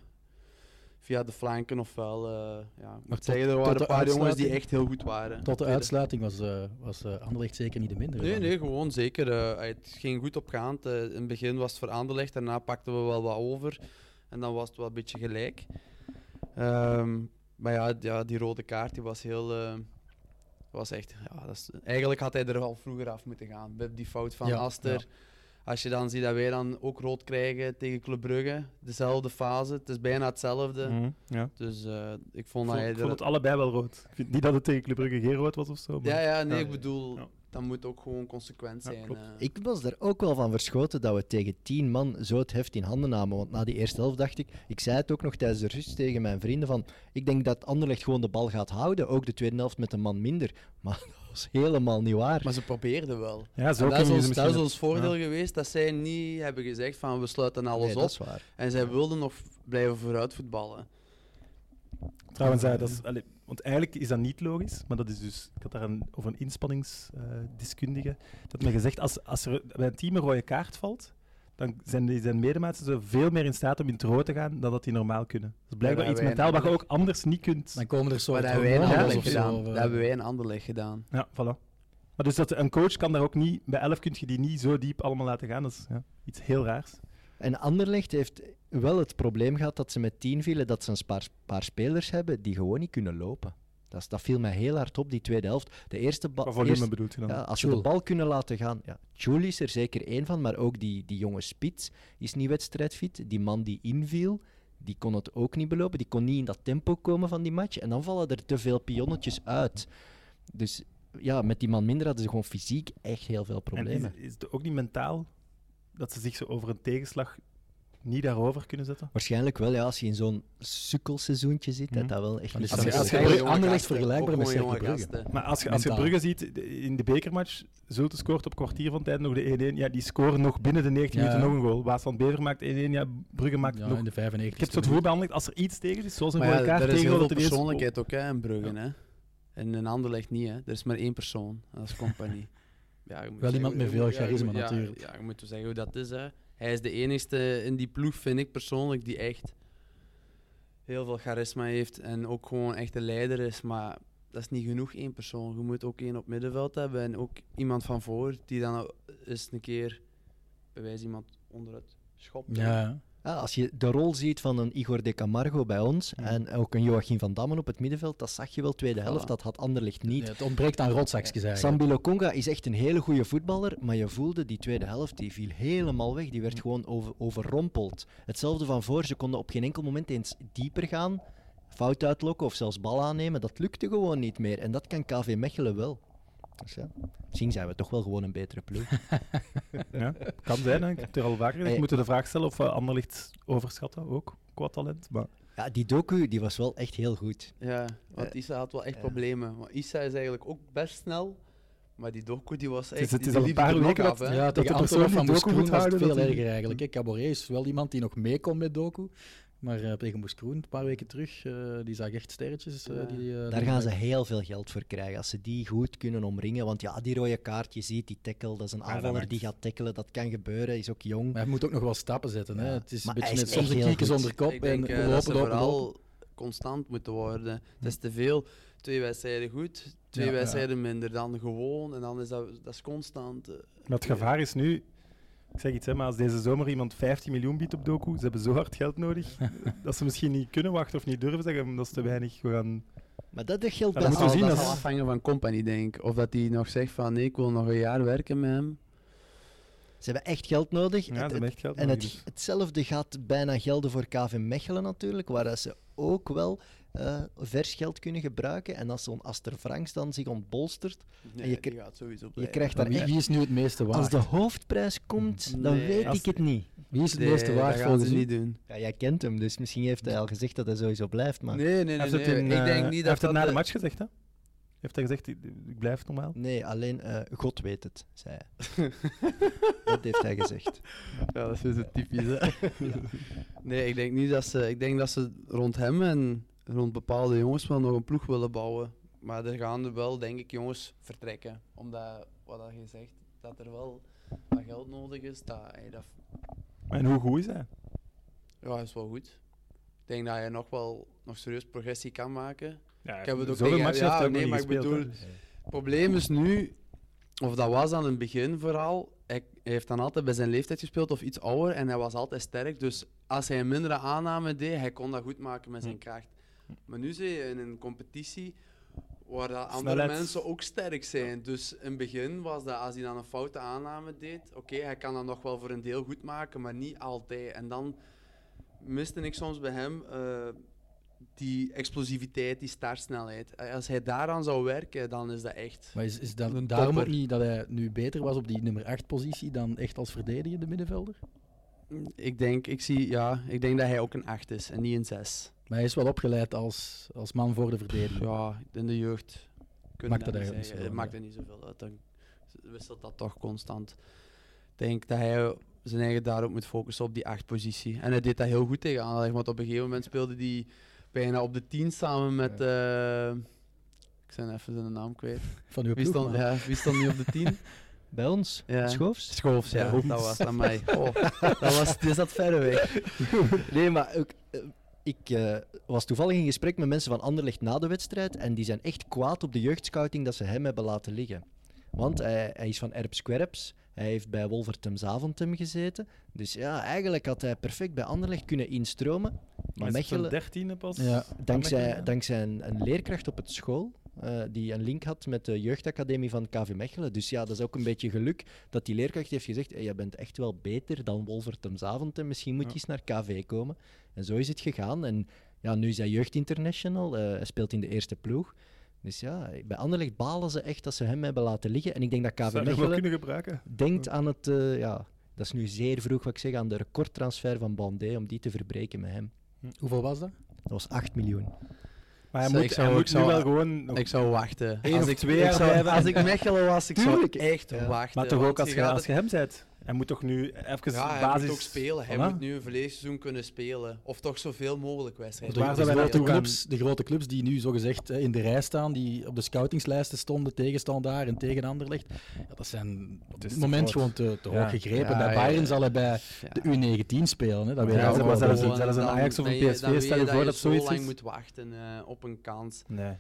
Speaker 4: via de flanken ofwel. eh ja, ik moet
Speaker 5: tot-
Speaker 4: zeggen, er
Speaker 5: tot
Speaker 4: waren
Speaker 5: de
Speaker 4: een paar jongens die
Speaker 5: uitsluiting?
Speaker 4: echt heel goed waren.
Speaker 5: Tot de
Speaker 4: Tweede-
Speaker 5: uitsluiting was, eh was eh, Anderlecht zeker niet de mindere.
Speaker 4: Nee,
Speaker 2: Ehm,
Speaker 5: dan.
Speaker 4: nee, gewoon zeker. eh, het ging goed opgaand. Eh, in het begin was het voor Anderlecht, daarna pakten we wel wat over. En dan was het wel een beetje gelijk. Ehm, maar ja, d- ja, die rode kaart die was heel. eh, was echt, ja, dat is, eigenlijk had hij er al vroeger af moeten gaan. Met die fout van
Speaker 5: Ja,
Speaker 4: Aster. Als je dan ziet dat wij dan ook rood krijgen tegen Club Brugge. Dezelfde fase, het is bijna hetzelfde.
Speaker 2: Mhm, Ja.
Speaker 4: Dus eh, ik
Speaker 2: Ik
Speaker 4: vond dat
Speaker 2: vond,
Speaker 4: hij
Speaker 2: ik vond
Speaker 4: er
Speaker 2: het allebei wel rood. Ik vind niet dat het tegen Club Brugge geen rood was of zo. Maar...
Speaker 4: Ja, ja, nee,
Speaker 2: Ja.
Speaker 4: ik bedoel,
Speaker 2: Ja.
Speaker 4: dat moet ook gewoon consequent
Speaker 2: Ja,
Speaker 4: zijn.
Speaker 2: klopt.
Speaker 4: eh.
Speaker 3: Ik was er ook wel van verschoten dat we tegen tien man zo het heft in handen namen. Want na die eerste helft dacht ik, ik zei het ook nog tijdens de rust tegen mijn vrienden, van ik denk dat Anderlecht gewoon de bal gaat houden. Ook de tweede helft met een man minder. Maar <laughs> was helemaal niet waar.
Speaker 4: Maar ze probeerden wel.
Speaker 2: Ja, zo
Speaker 4: En dat,
Speaker 2: kunnen
Speaker 4: is
Speaker 2: ze
Speaker 4: ons,
Speaker 2: misschien
Speaker 4: dat is
Speaker 2: het-
Speaker 4: ons voordeel
Speaker 2: ja.
Speaker 4: geweest dat zij niet hebben gezegd van we sluiten alles
Speaker 3: Nee,
Speaker 4: op.
Speaker 3: dat is waar.
Speaker 4: En zij wilden nog blijven vooruit voetballen.
Speaker 2: Trouwens, eh, dat is, allee, want eigenlijk is dat niet logisch, maar dat is dus, ik had daar een, over een inspanningsdeskundige, dat me gezegd, als, als er bij een team een rode kaart valt, dan zijn die- zijn medemaatsen zo veel meer in staat om in het rood te gaan dan dat die normaal kunnen. Dat is blijkbaar
Speaker 4: Ja, dat
Speaker 2: iets
Speaker 4: wij
Speaker 2: mentaal wat je ook anders niet kunt.
Speaker 5: Dan komen er zo
Speaker 4: Maar dat
Speaker 5: wat
Speaker 4: hebben wij een
Speaker 5: hormonen
Speaker 2: Anderlecht
Speaker 4: ander
Speaker 5: of
Speaker 4: gedaan.
Speaker 5: zo, of,
Speaker 4: Dat
Speaker 5: eh,
Speaker 4: hebben wij een ander gedaan.
Speaker 2: Ja, voilà. Maar dus dat een coach kan daar ook niet, bij 11 kun je die niet zo diep allemaal laten gaan, dat is ja, iets heel raars.
Speaker 3: En Anderlecht heeft wel het probleem gehad dat ze met tien vielen, dat ze een paar, paar spelers hebben die gewoon niet kunnen lopen. Dat, is- dat viel mij heel hard op, die tweede helft. De eerste bal.
Speaker 2: Qua volume bedoelt je dan?
Speaker 3: Ja,
Speaker 2: Ja,
Speaker 3: als we de
Speaker 5: Tjoel.
Speaker 3: bal kunnen laten gaan. Ja, Tjoel is er zeker één van, maar ook die, die jonge Spits is niet wedstrijdfit. Die man die inviel, die kon het ook niet belopen. Die kon niet in dat tempo komen van die match. En dan vallen er te veel pionnetjes uit. Dus ja, met die man minder hadden ze gewoon fysiek echt heel veel
Speaker 2: en
Speaker 3: problemen.
Speaker 2: is, is het ook niet mentaal dat ze zich zo over een tegenslag niet daarover kunnen zetten?
Speaker 3: Waarschijnlijk wel, ja, als je in zo'n sukkelseizoentje zit, dat
Speaker 2: Mhm.
Speaker 3: dat wel echt
Speaker 5: Maar die
Speaker 3: niet
Speaker 5: staan
Speaker 3: zo
Speaker 5: Als
Speaker 3: is.
Speaker 5: je- als je
Speaker 4: Jonge
Speaker 5: Brugge- Anderlecht
Speaker 4: gasten,
Speaker 5: vergelijkbaar
Speaker 4: ook
Speaker 5: met
Speaker 4: gewoon
Speaker 5: Cercle
Speaker 4: jonge eh,
Speaker 5: Brugge.
Speaker 4: gasten.
Speaker 2: Maar als je, als je
Speaker 5: Mentaal.
Speaker 2: Brugge ziet de- in de bekermatch, Zulte scoort op kwartier van tijd nog de 1-1. Ja, die scoren nog binnen de 90
Speaker 5: Ja.
Speaker 2: minuten nog een goal. Waas van Bever maakt 1-1, ja, Brugge maakt
Speaker 5: ja,
Speaker 2: nog...
Speaker 5: in de 95.
Speaker 2: Ik heb het gevoel bij Anderlecht, als er iets tegen is, zoals een
Speaker 4: Maar
Speaker 2: rode
Speaker 4: ja,
Speaker 2: kaart
Speaker 4: er is
Speaker 2: tegen
Speaker 4: heel veel
Speaker 2: dat ineens-
Speaker 4: persoonlijkheid ook hè, in Bruggen. Hè. En in ander ligt niet. Hè. Er is maar één persoon. en Dat is compagnie. <laughs> Ja, je moet
Speaker 5: Wel
Speaker 4: zeggen-
Speaker 5: iemand met
Speaker 4: je
Speaker 5: veel
Speaker 4: moet- ja, je
Speaker 5: charisma
Speaker 4: moet- ja,
Speaker 5: natuurlijk.
Speaker 4: Ja, je moet toch zeggen hoe dat is. Hè. Hij is de enigste in die ploeg, vind ik persoonlijk, die echt heel veel charisma heeft. En ook gewoon echt de leider is. Maar dat is niet genoeg één persoon. Je moet ook één op middenveld hebben. En ook iemand van voor die dan eens een keer bij wijze iemand onderuit schopt.
Speaker 5: Ja,
Speaker 3: Ja, als je de rol ziet van een Igor de Camargo bij ons
Speaker 2: Mhm.
Speaker 3: en ook een Joachim van Dammen op het middenveld, dat zag je wel tweede helft,
Speaker 4: Voilà.
Speaker 3: dat had Anderlecht
Speaker 5: niet.
Speaker 3: niet.
Speaker 5: het ontbreekt aan rotzakjes eigenlijk.
Speaker 3: Sambi Lokonga is echt een hele goede voetballer, maar je voelde die tweede helft, die viel helemaal weg. Die
Speaker 2: Mhm.
Speaker 3: werd gewoon over, overrompeld. Hetzelfde van voor, ze konden op geen enkel moment eens dieper gaan, fout uitlokken of zelfs bal aannemen. Dat lukte gewoon niet meer. En dat kan KV Mechelen wel. Dus ja, misschien zijn we toch wel gewoon een betere ploeg.
Speaker 2: Ja, kan zijn, hè. ik heb het er al vaker gezegd.
Speaker 3: Hey.
Speaker 2: Ik moet de vraag stellen of we Anderlecht overschatten, ook, qua talent. Maar
Speaker 3: Ja, die docu die was wel echt heel goed.
Speaker 4: Ja, want
Speaker 3: Eh,
Speaker 4: Issa had wel echt
Speaker 3: ja.
Speaker 4: problemen. Want Issa is eigenlijk ook best snel, maar die doku die was echt...
Speaker 2: is- het
Speaker 4: die
Speaker 2: is al een
Speaker 4: liep
Speaker 2: paar
Speaker 4: er nog
Speaker 2: weken
Speaker 4: af,
Speaker 2: dat-
Speaker 4: hè.
Speaker 5: Ja, tegen
Speaker 2: de
Speaker 5: Antonov
Speaker 2: persoon die
Speaker 5: van
Speaker 2: docu
Speaker 5: Moeskroen
Speaker 2: moet
Speaker 5: was het
Speaker 2: houden,
Speaker 5: veel
Speaker 2: dat die-
Speaker 5: erger eigenlijk. hè. Cabaret is wel iemand die nog meekomt met Doku. Maar eh, tegen Moeskroen, een paar weken terug, eh, die zag echt sterretjes. eh,
Speaker 4: Ja.
Speaker 5: die, eh,
Speaker 3: Daar
Speaker 5: die-
Speaker 3: gaan ze heel veel geld voor krijgen als ze die goed kunnen omringen. Want ja, die rode kaart, je ziet die tackle, dat is een
Speaker 2: dat
Speaker 3: aanvaller
Speaker 2: maakt-
Speaker 3: die gaat tackelen. Dat kan gebeuren, is ook jong.
Speaker 5: Maar hij moet ook nog wel stappen zetten. Hè.
Speaker 3: Ja.
Speaker 5: Het is
Speaker 3: Maar
Speaker 5: een beetje
Speaker 3: hij
Speaker 5: net
Speaker 3: is
Speaker 5: soms
Speaker 3: echt
Speaker 5: een
Speaker 3: heel
Speaker 5: kieken
Speaker 3: goed.
Speaker 5: zonder kop
Speaker 4: Ik
Speaker 5: en
Speaker 4: denk eh,
Speaker 5: lopen,
Speaker 4: dat ze
Speaker 5: lopen, lopen.
Speaker 4: vooral constant moeten worden. Het is te veel. Twee wedstrijden goed, twee
Speaker 5: Ja, ja.
Speaker 4: wedstrijden minder dan gewoon. En dan is dat, dat is constant. eh.
Speaker 2: Maar het gevaar is nu, ik zeg iets, hè, maar als deze zomer iemand 15 miljoen biedt op Doku, ze hebben zo hard geld
Speaker 4: <laughs>
Speaker 2: nodig dat ze misschien niet kunnen wachten of niet durven zeggen, dat is te weinig. We gaan...
Speaker 3: Maar dat geldt
Speaker 2: Ja,
Speaker 3: bij
Speaker 2: dat moeten we
Speaker 3: alle-
Speaker 2: zien,
Speaker 4: zal
Speaker 2: dat is-
Speaker 4: afhangen van company, denk ik. Of dat hij nog zegt van nee, ik wil nog een jaar werken met hem.
Speaker 3: Ze hebben echt geld
Speaker 2: Ja,
Speaker 3: nodig.
Speaker 2: ze
Speaker 3: Het- het-
Speaker 2: hebben echt geld
Speaker 3: en
Speaker 2: nodig,
Speaker 3: het,
Speaker 2: dus.
Speaker 3: hetzelfde gaat bijna gelden voor KV Mechelen natuurlijk, waar dat ze ook wel eh, vers geld kunnen gebruiken. En als zo'n Aster Franks dan zich ontbolstert,
Speaker 4: Nee,
Speaker 3: je
Speaker 4: die
Speaker 3: kri-
Speaker 4: gaat sowieso
Speaker 3: je
Speaker 4: blijven.
Speaker 3: krijgt
Speaker 5: Maar
Speaker 3: daar
Speaker 5: Wie,
Speaker 3: echt...
Speaker 5: wie is nu het meeste
Speaker 3: Als
Speaker 5: waard?
Speaker 3: de hoofdprijs komt, dan
Speaker 4: Nee,
Speaker 3: weet
Speaker 2: als-
Speaker 3: ik het niet.
Speaker 5: Wie is het
Speaker 4: Nee,
Speaker 5: meeste waard
Speaker 4: dat gaan
Speaker 5: volgens
Speaker 4: ze
Speaker 5: u?
Speaker 4: niet doen.
Speaker 3: Ja, jij kent hem, dus misschien heeft hij al gezegd dat hij sowieso blijft, maar...
Speaker 4: Nee, nee,
Speaker 2: Hij
Speaker 4: nee.
Speaker 2: heeft het
Speaker 4: nee.
Speaker 2: in,
Speaker 4: ik
Speaker 2: eh,
Speaker 4: denk
Speaker 2: hij
Speaker 4: niet dat
Speaker 2: heeft het
Speaker 4: dat
Speaker 2: na de
Speaker 4: de-
Speaker 2: match gezegd, hè? Hij Heeft hij gezegd, ik, ik blijf normaal?
Speaker 3: Nee, alleen eh, God weet het, zei hij. <laughs> dat heeft hij gezegd.
Speaker 4: Ja, dat is het typisch.
Speaker 3: <laughs>
Speaker 4: Hè? nee, ik denk niet dat ze. Ik denk dat ze rond hem en rond bepaalde jongens wel nog een ploeg willen bouwen. Maar er gaan er wel, denk ik, jongens vertrekken. Omdat, wat dat je zegt, dat er wel wat geld nodig is. Dat, hij dat,
Speaker 2: En hoe goed is hij?
Speaker 4: ja, is wel goed. Ik denk dat hij nog wel nog serieus progressie kan maken.
Speaker 2: Ja,
Speaker 4: Ik heb het ook
Speaker 2: zoveel
Speaker 4: tegen-
Speaker 2: matchen
Speaker 4: ja,
Speaker 2: heeft hij ook
Speaker 4: nee,
Speaker 2: nog niet
Speaker 4: maar ik
Speaker 2: gespeeld. hè,
Speaker 4: bedoel-
Speaker 2: dus.
Speaker 4: probleem is nu, of dat was aan het begin vooral, hij hij heeft dan altijd bij zijn leeftijd gespeeld of iets ouder en hij was altijd sterk. Dus als hij een mindere aanname deed, hij kon dat goed maken met zijn kracht. Maar nu zit je in een competitie waar dat andere
Speaker 2: Snelheid.
Speaker 4: mensen ook sterk zijn. Dus in het begin was dat als hij dan een foute aanname deed, oké, hij kan dat nog wel voor een deel goed maken, maar niet altijd. En dan miste ik soms bij hem eh, die explosiviteit, die startsnelheid. Eh, Als hij daaraan zou werken, dan is dat echt.
Speaker 5: Maar is, is dan
Speaker 4: Een
Speaker 5: daarom ook
Speaker 4: topper.
Speaker 5: niet dat hij nu beter was op die nummer 8 positie dan echt als verdedigende middenvelder?
Speaker 4: Ik denk, ik zie, ja, ik denk dat hij ook een 8 is en niet een 6.
Speaker 5: Maar hij is wel opgeleid als, als man voor de verdediging.
Speaker 4: Ja, in de jeugd. kunnen
Speaker 5: Maakt dat
Speaker 4: niet
Speaker 5: eigenlijk
Speaker 4: zeggen.
Speaker 5: niet zoveel
Speaker 4: Het
Speaker 5: uit,
Speaker 4: maakt
Speaker 5: hè?
Speaker 4: er niet zoveel uit. Dan wisselt dat toch constant. Ik denk dat hij zijn eigen daarop moet focussen op die achtpositie. En hij deed dat heel goed tegen Anderlecht, want op een gegeven moment speelde hij bijna op de 10 samen met... eh, ik ben even zijn naam kwijt.
Speaker 5: Van uw
Speaker 4: Wie
Speaker 5: ploeg,
Speaker 4: stond,
Speaker 5: maar-
Speaker 4: ja, wie stond niet op de
Speaker 5: <laughs>
Speaker 4: 10?
Speaker 3: Bij ons?
Speaker 4: Ja. <laughs>
Speaker 3: Schoofs?
Speaker 4: Schoofs, ja.
Speaker 2: Schoofs.
Speaker 4: Dat was aan mij. Oh, dat was, die zat verder weg.
Speaker 3: Nee, maar ook, eh, ik eh, was toevallig in gesprek met mensen van Anderlecht na de wedstrijd. En die zijn echt kwaad op de jeugdscouting dat ze hem hebben laten liggen. Want hij, hij is van Erps Kwerps. Hij heeft bij Wolvertem Zaventem gezeten. Dus ja, eigenlijk had hij perfect bij Anderlecht kunnen instromen. Maar Mechelen,
Speaker 2: 13 pas.
Speaker 5: Ja.
Speaker 2: Mechelen,
Speaker 3: dankzij,
Speaker 2: ja.
Speaker 3: dankzij een, een leerkracht op het school. eh, die een link had met de jeugdacademie van KV Mechelen. Dus ja, dat is ook een beetje geluk dat die leerkracht heeft gezegd: "Hey, jij bent echt wel beter dan Wolvertems Aventem, misschien moet je
Speaker 2: Ja.
Speaker 3: eens naar KV komen. En zo is het gegaan. En ja, nu is hij jeugdinternational, eh, hij speelt in de eerste ploeg. Dus ja, bij Anderlecht balen ze echt dat ze hem hebben laten liggen. En ik denk dat KV
Speaker 2: Zou je dat wel
Speaker 3: Mechelen
Speaker 2: kunnen gebruiken?
Speaker 3: denkt aan het, eh, ja, dat is nu zeer vroeg wat ik zeg, aan de recordtransfer van Bandé, om die te verbreken met hem.
Speaker 5: Hoeveel was dat?
Speaker 3: Dat was 8 miljoen.
Speaker 2: Maar hij
Speaker 4: Zou-
Speaker 2: moet,
Speaker 4: ik zou-
Speaker 2: hij
Speaker 4: ik
Speaker 2: moet
Speaker 4: zou-
Speaker 2: nu wel gewoon... nog-
Speaker 4: Ik zou wachten.
Speaker 2: Eén
Speaker 4: als
Speaker 2: of
Speaker 4: ik,
Speaker 2: twee
Speaker 4: ik
Speaker 2: jaar
Speaker 4: zou-
Speaker 2: blijven.
Speaker 4: Als ik Mechelen was, ik
Speaker 3: Tuurlijk.
Speaker 4: zou echt
Speaker 3: Ja.
Speaker 4: wachten.
Speaker 2: maar toch
Speaker 4: want
Speaker 2: ook als
Speaker 4: je
Speaker 2: je,
Speaker 4: gaat
Speaker 2: als je hem bent. Hij moet toch nu even
Speaker 4: Ja, hij
Speaker 2: basis...
Speaker 4: moet ook spelen. Hij
Speaker 2: Voilà.
Speaker 4: moet nu een volledig seizoen kunnen spelen. Of toch zoveel mogelijk wedstrijden.
Speaker 5: De,
Speaker 2: Waar
Speaker 5: de
Speaker 2: zijn wij
Speaker 4: kunnen
Speaker 5: grote
Speaker 2: naartoe
Speaker 4: spelen.
Speaker 2: gaan?
Speaker 5: clubs, de grote clubs die nu zogezegd eh, in de rij staan, die op de scoutingslijsten stonden tegen Standaard en tegen Anderlecht, ja, dat zijn op
Speaker 2: Het is
Speaker 5: dit
Speaker 2: te
Speaker 5: moment
Speaker 2: groot.
Speaker 5: gewoon te, te
Speaker 2: Ja.
Speaker 5: hoog gegrepen.
Speaker 4: Ja,
Speaker 5: bij
Speaker 4: ja,
Speaker 5: Bayern
Speaker 4: ja.
Speaker 5: zal hij bij de
Speaker 4: Ja.
Speaker 5: U19 spelen, hè? dat
Speaker 2: Ja,
Speaker 5: weet
Speaker 2: ze
Speaker 5: ik
Speaker 2: hebben
Speaker 5: ook
Speaker 2: zelfs-
Speaker 5: wel.
Speaker 4: Gewoon,
Speaker 2: zelfs een
Speaker 4: dan
Speaker 2: Ajax of een
Speaker 4: ben je-
Speaker 2: PSV,
Speaker 4: dan weet
Speaker 2: stel je
Speaker 4: je
Speaker 2: voor dat
Speaker 4: je zo
Speaker 2: zoiets
Speaker 4: lang
Speaker 2: is.
Speaker 4: moet wachten eh, op een kans.
Speaker 2: Nee.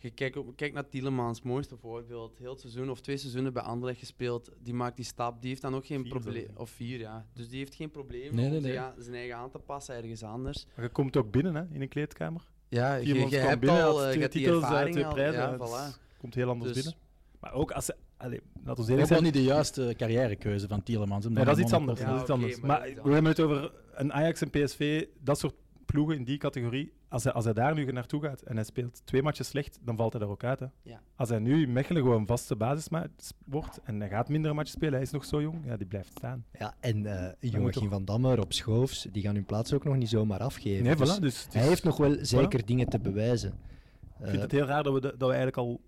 Speaker 4: Je kijk, op, kijk naar Tielemans, mooiste voorbeeld. Heel het seizoen of twee seizoenen bij Anderlecht gespeeld. Die maakt die stap. Die heeft dan ook geen
Speaker 2: Vier
Speaker 4: probleem.
Speaker 2: zelfs.
Speaker 4: Of vier, ja. Dus die heeft geen probleem
Speaker 5: Nee, nee,
Speaker 4: om zich
Speaker 5: nee.
Speaker 4: aan- zijn eigen aan te passen ergens anders.
Speaker 2: Maar je komt ook binnen hè, in een kleedkamer.
Speaker 4: Ja,
Speaker 2: Vier
Speaker 4: je,
Speaker 2: monsters
Speaker 4: je
Speaker 2: kwam
Speaker 4: hebt
Speaker 2: binnen,
Speaker 4: al
Speaker 2: had
Speaker 4: eh, je
Speaker 2: twee
Speaker 4: hebt die
Speaker 2: titels, eh,
Speaker 4: ervaring
Speaker 2: twee
Speaker 4: al.
Speaker 2: prijzen.
Speaker 4: Ja,
Speaker 2: Het
Speaker 4: voilà.
Speaker 2: komt heel anders
Speaker 4: Dus-
Speaker 2: binnen. Maar ook als ze... Allee, laten we
Speaker 5: Ook
Speaker 2: eerlijk
Speaker 5: wel
Speaker 2: zijn.
Speaker 5: niet de juiste carrièrekeuze van Tielemans. hè,
Speaker 2: Nee,
Speaker 5: maar
Speaker 2: dat is iets
Speaker 5: Monaco-
Speaker 2: anders. dat
Speaker 4: Ja,
Speaker 2: is iets
Speaker 4: oké,
Speaker 2: anders.
Speaker 4: maar
Speaker 2: Maar,
Speaker 4: dat is
Speaker 2: we hebben het over een Ajax en PSV, dat soort ploegen in die categorie. Als hij, als hij daar nu naartoe gaat en hij speelt twee matjes slecht, dan valt hij er ook uit. Hè.
Speaker 4: Ja.
Speaker 2: Als hij nu in Mechelen gewoon vaste basis ma- wordt en hij gaat minder matjes spelen, hij is nog zo jong, ja, die blijft staan.
Speaker 3: Ja, en eh
Speaker 2: moet
Speaker 3: Joachim
Speaker 2: toch-
Speaker 3: van Damme, Rob Schoofs, die gaan hun plaats ook nog niet zomaar afgeven.
Speaker 2: Nee,
Speaker 3: Dus
Speaker 2: voilà. Dus het
Speaker 3: Hij
Speaker 2: is-
Speaker 3: heeft nog wel zeker dingen te bewijzen.
Speaker 2: ik vind
Speaker 3: Eh,
Speaker 2: het heel raar dat we, de- dat we eigenlijk al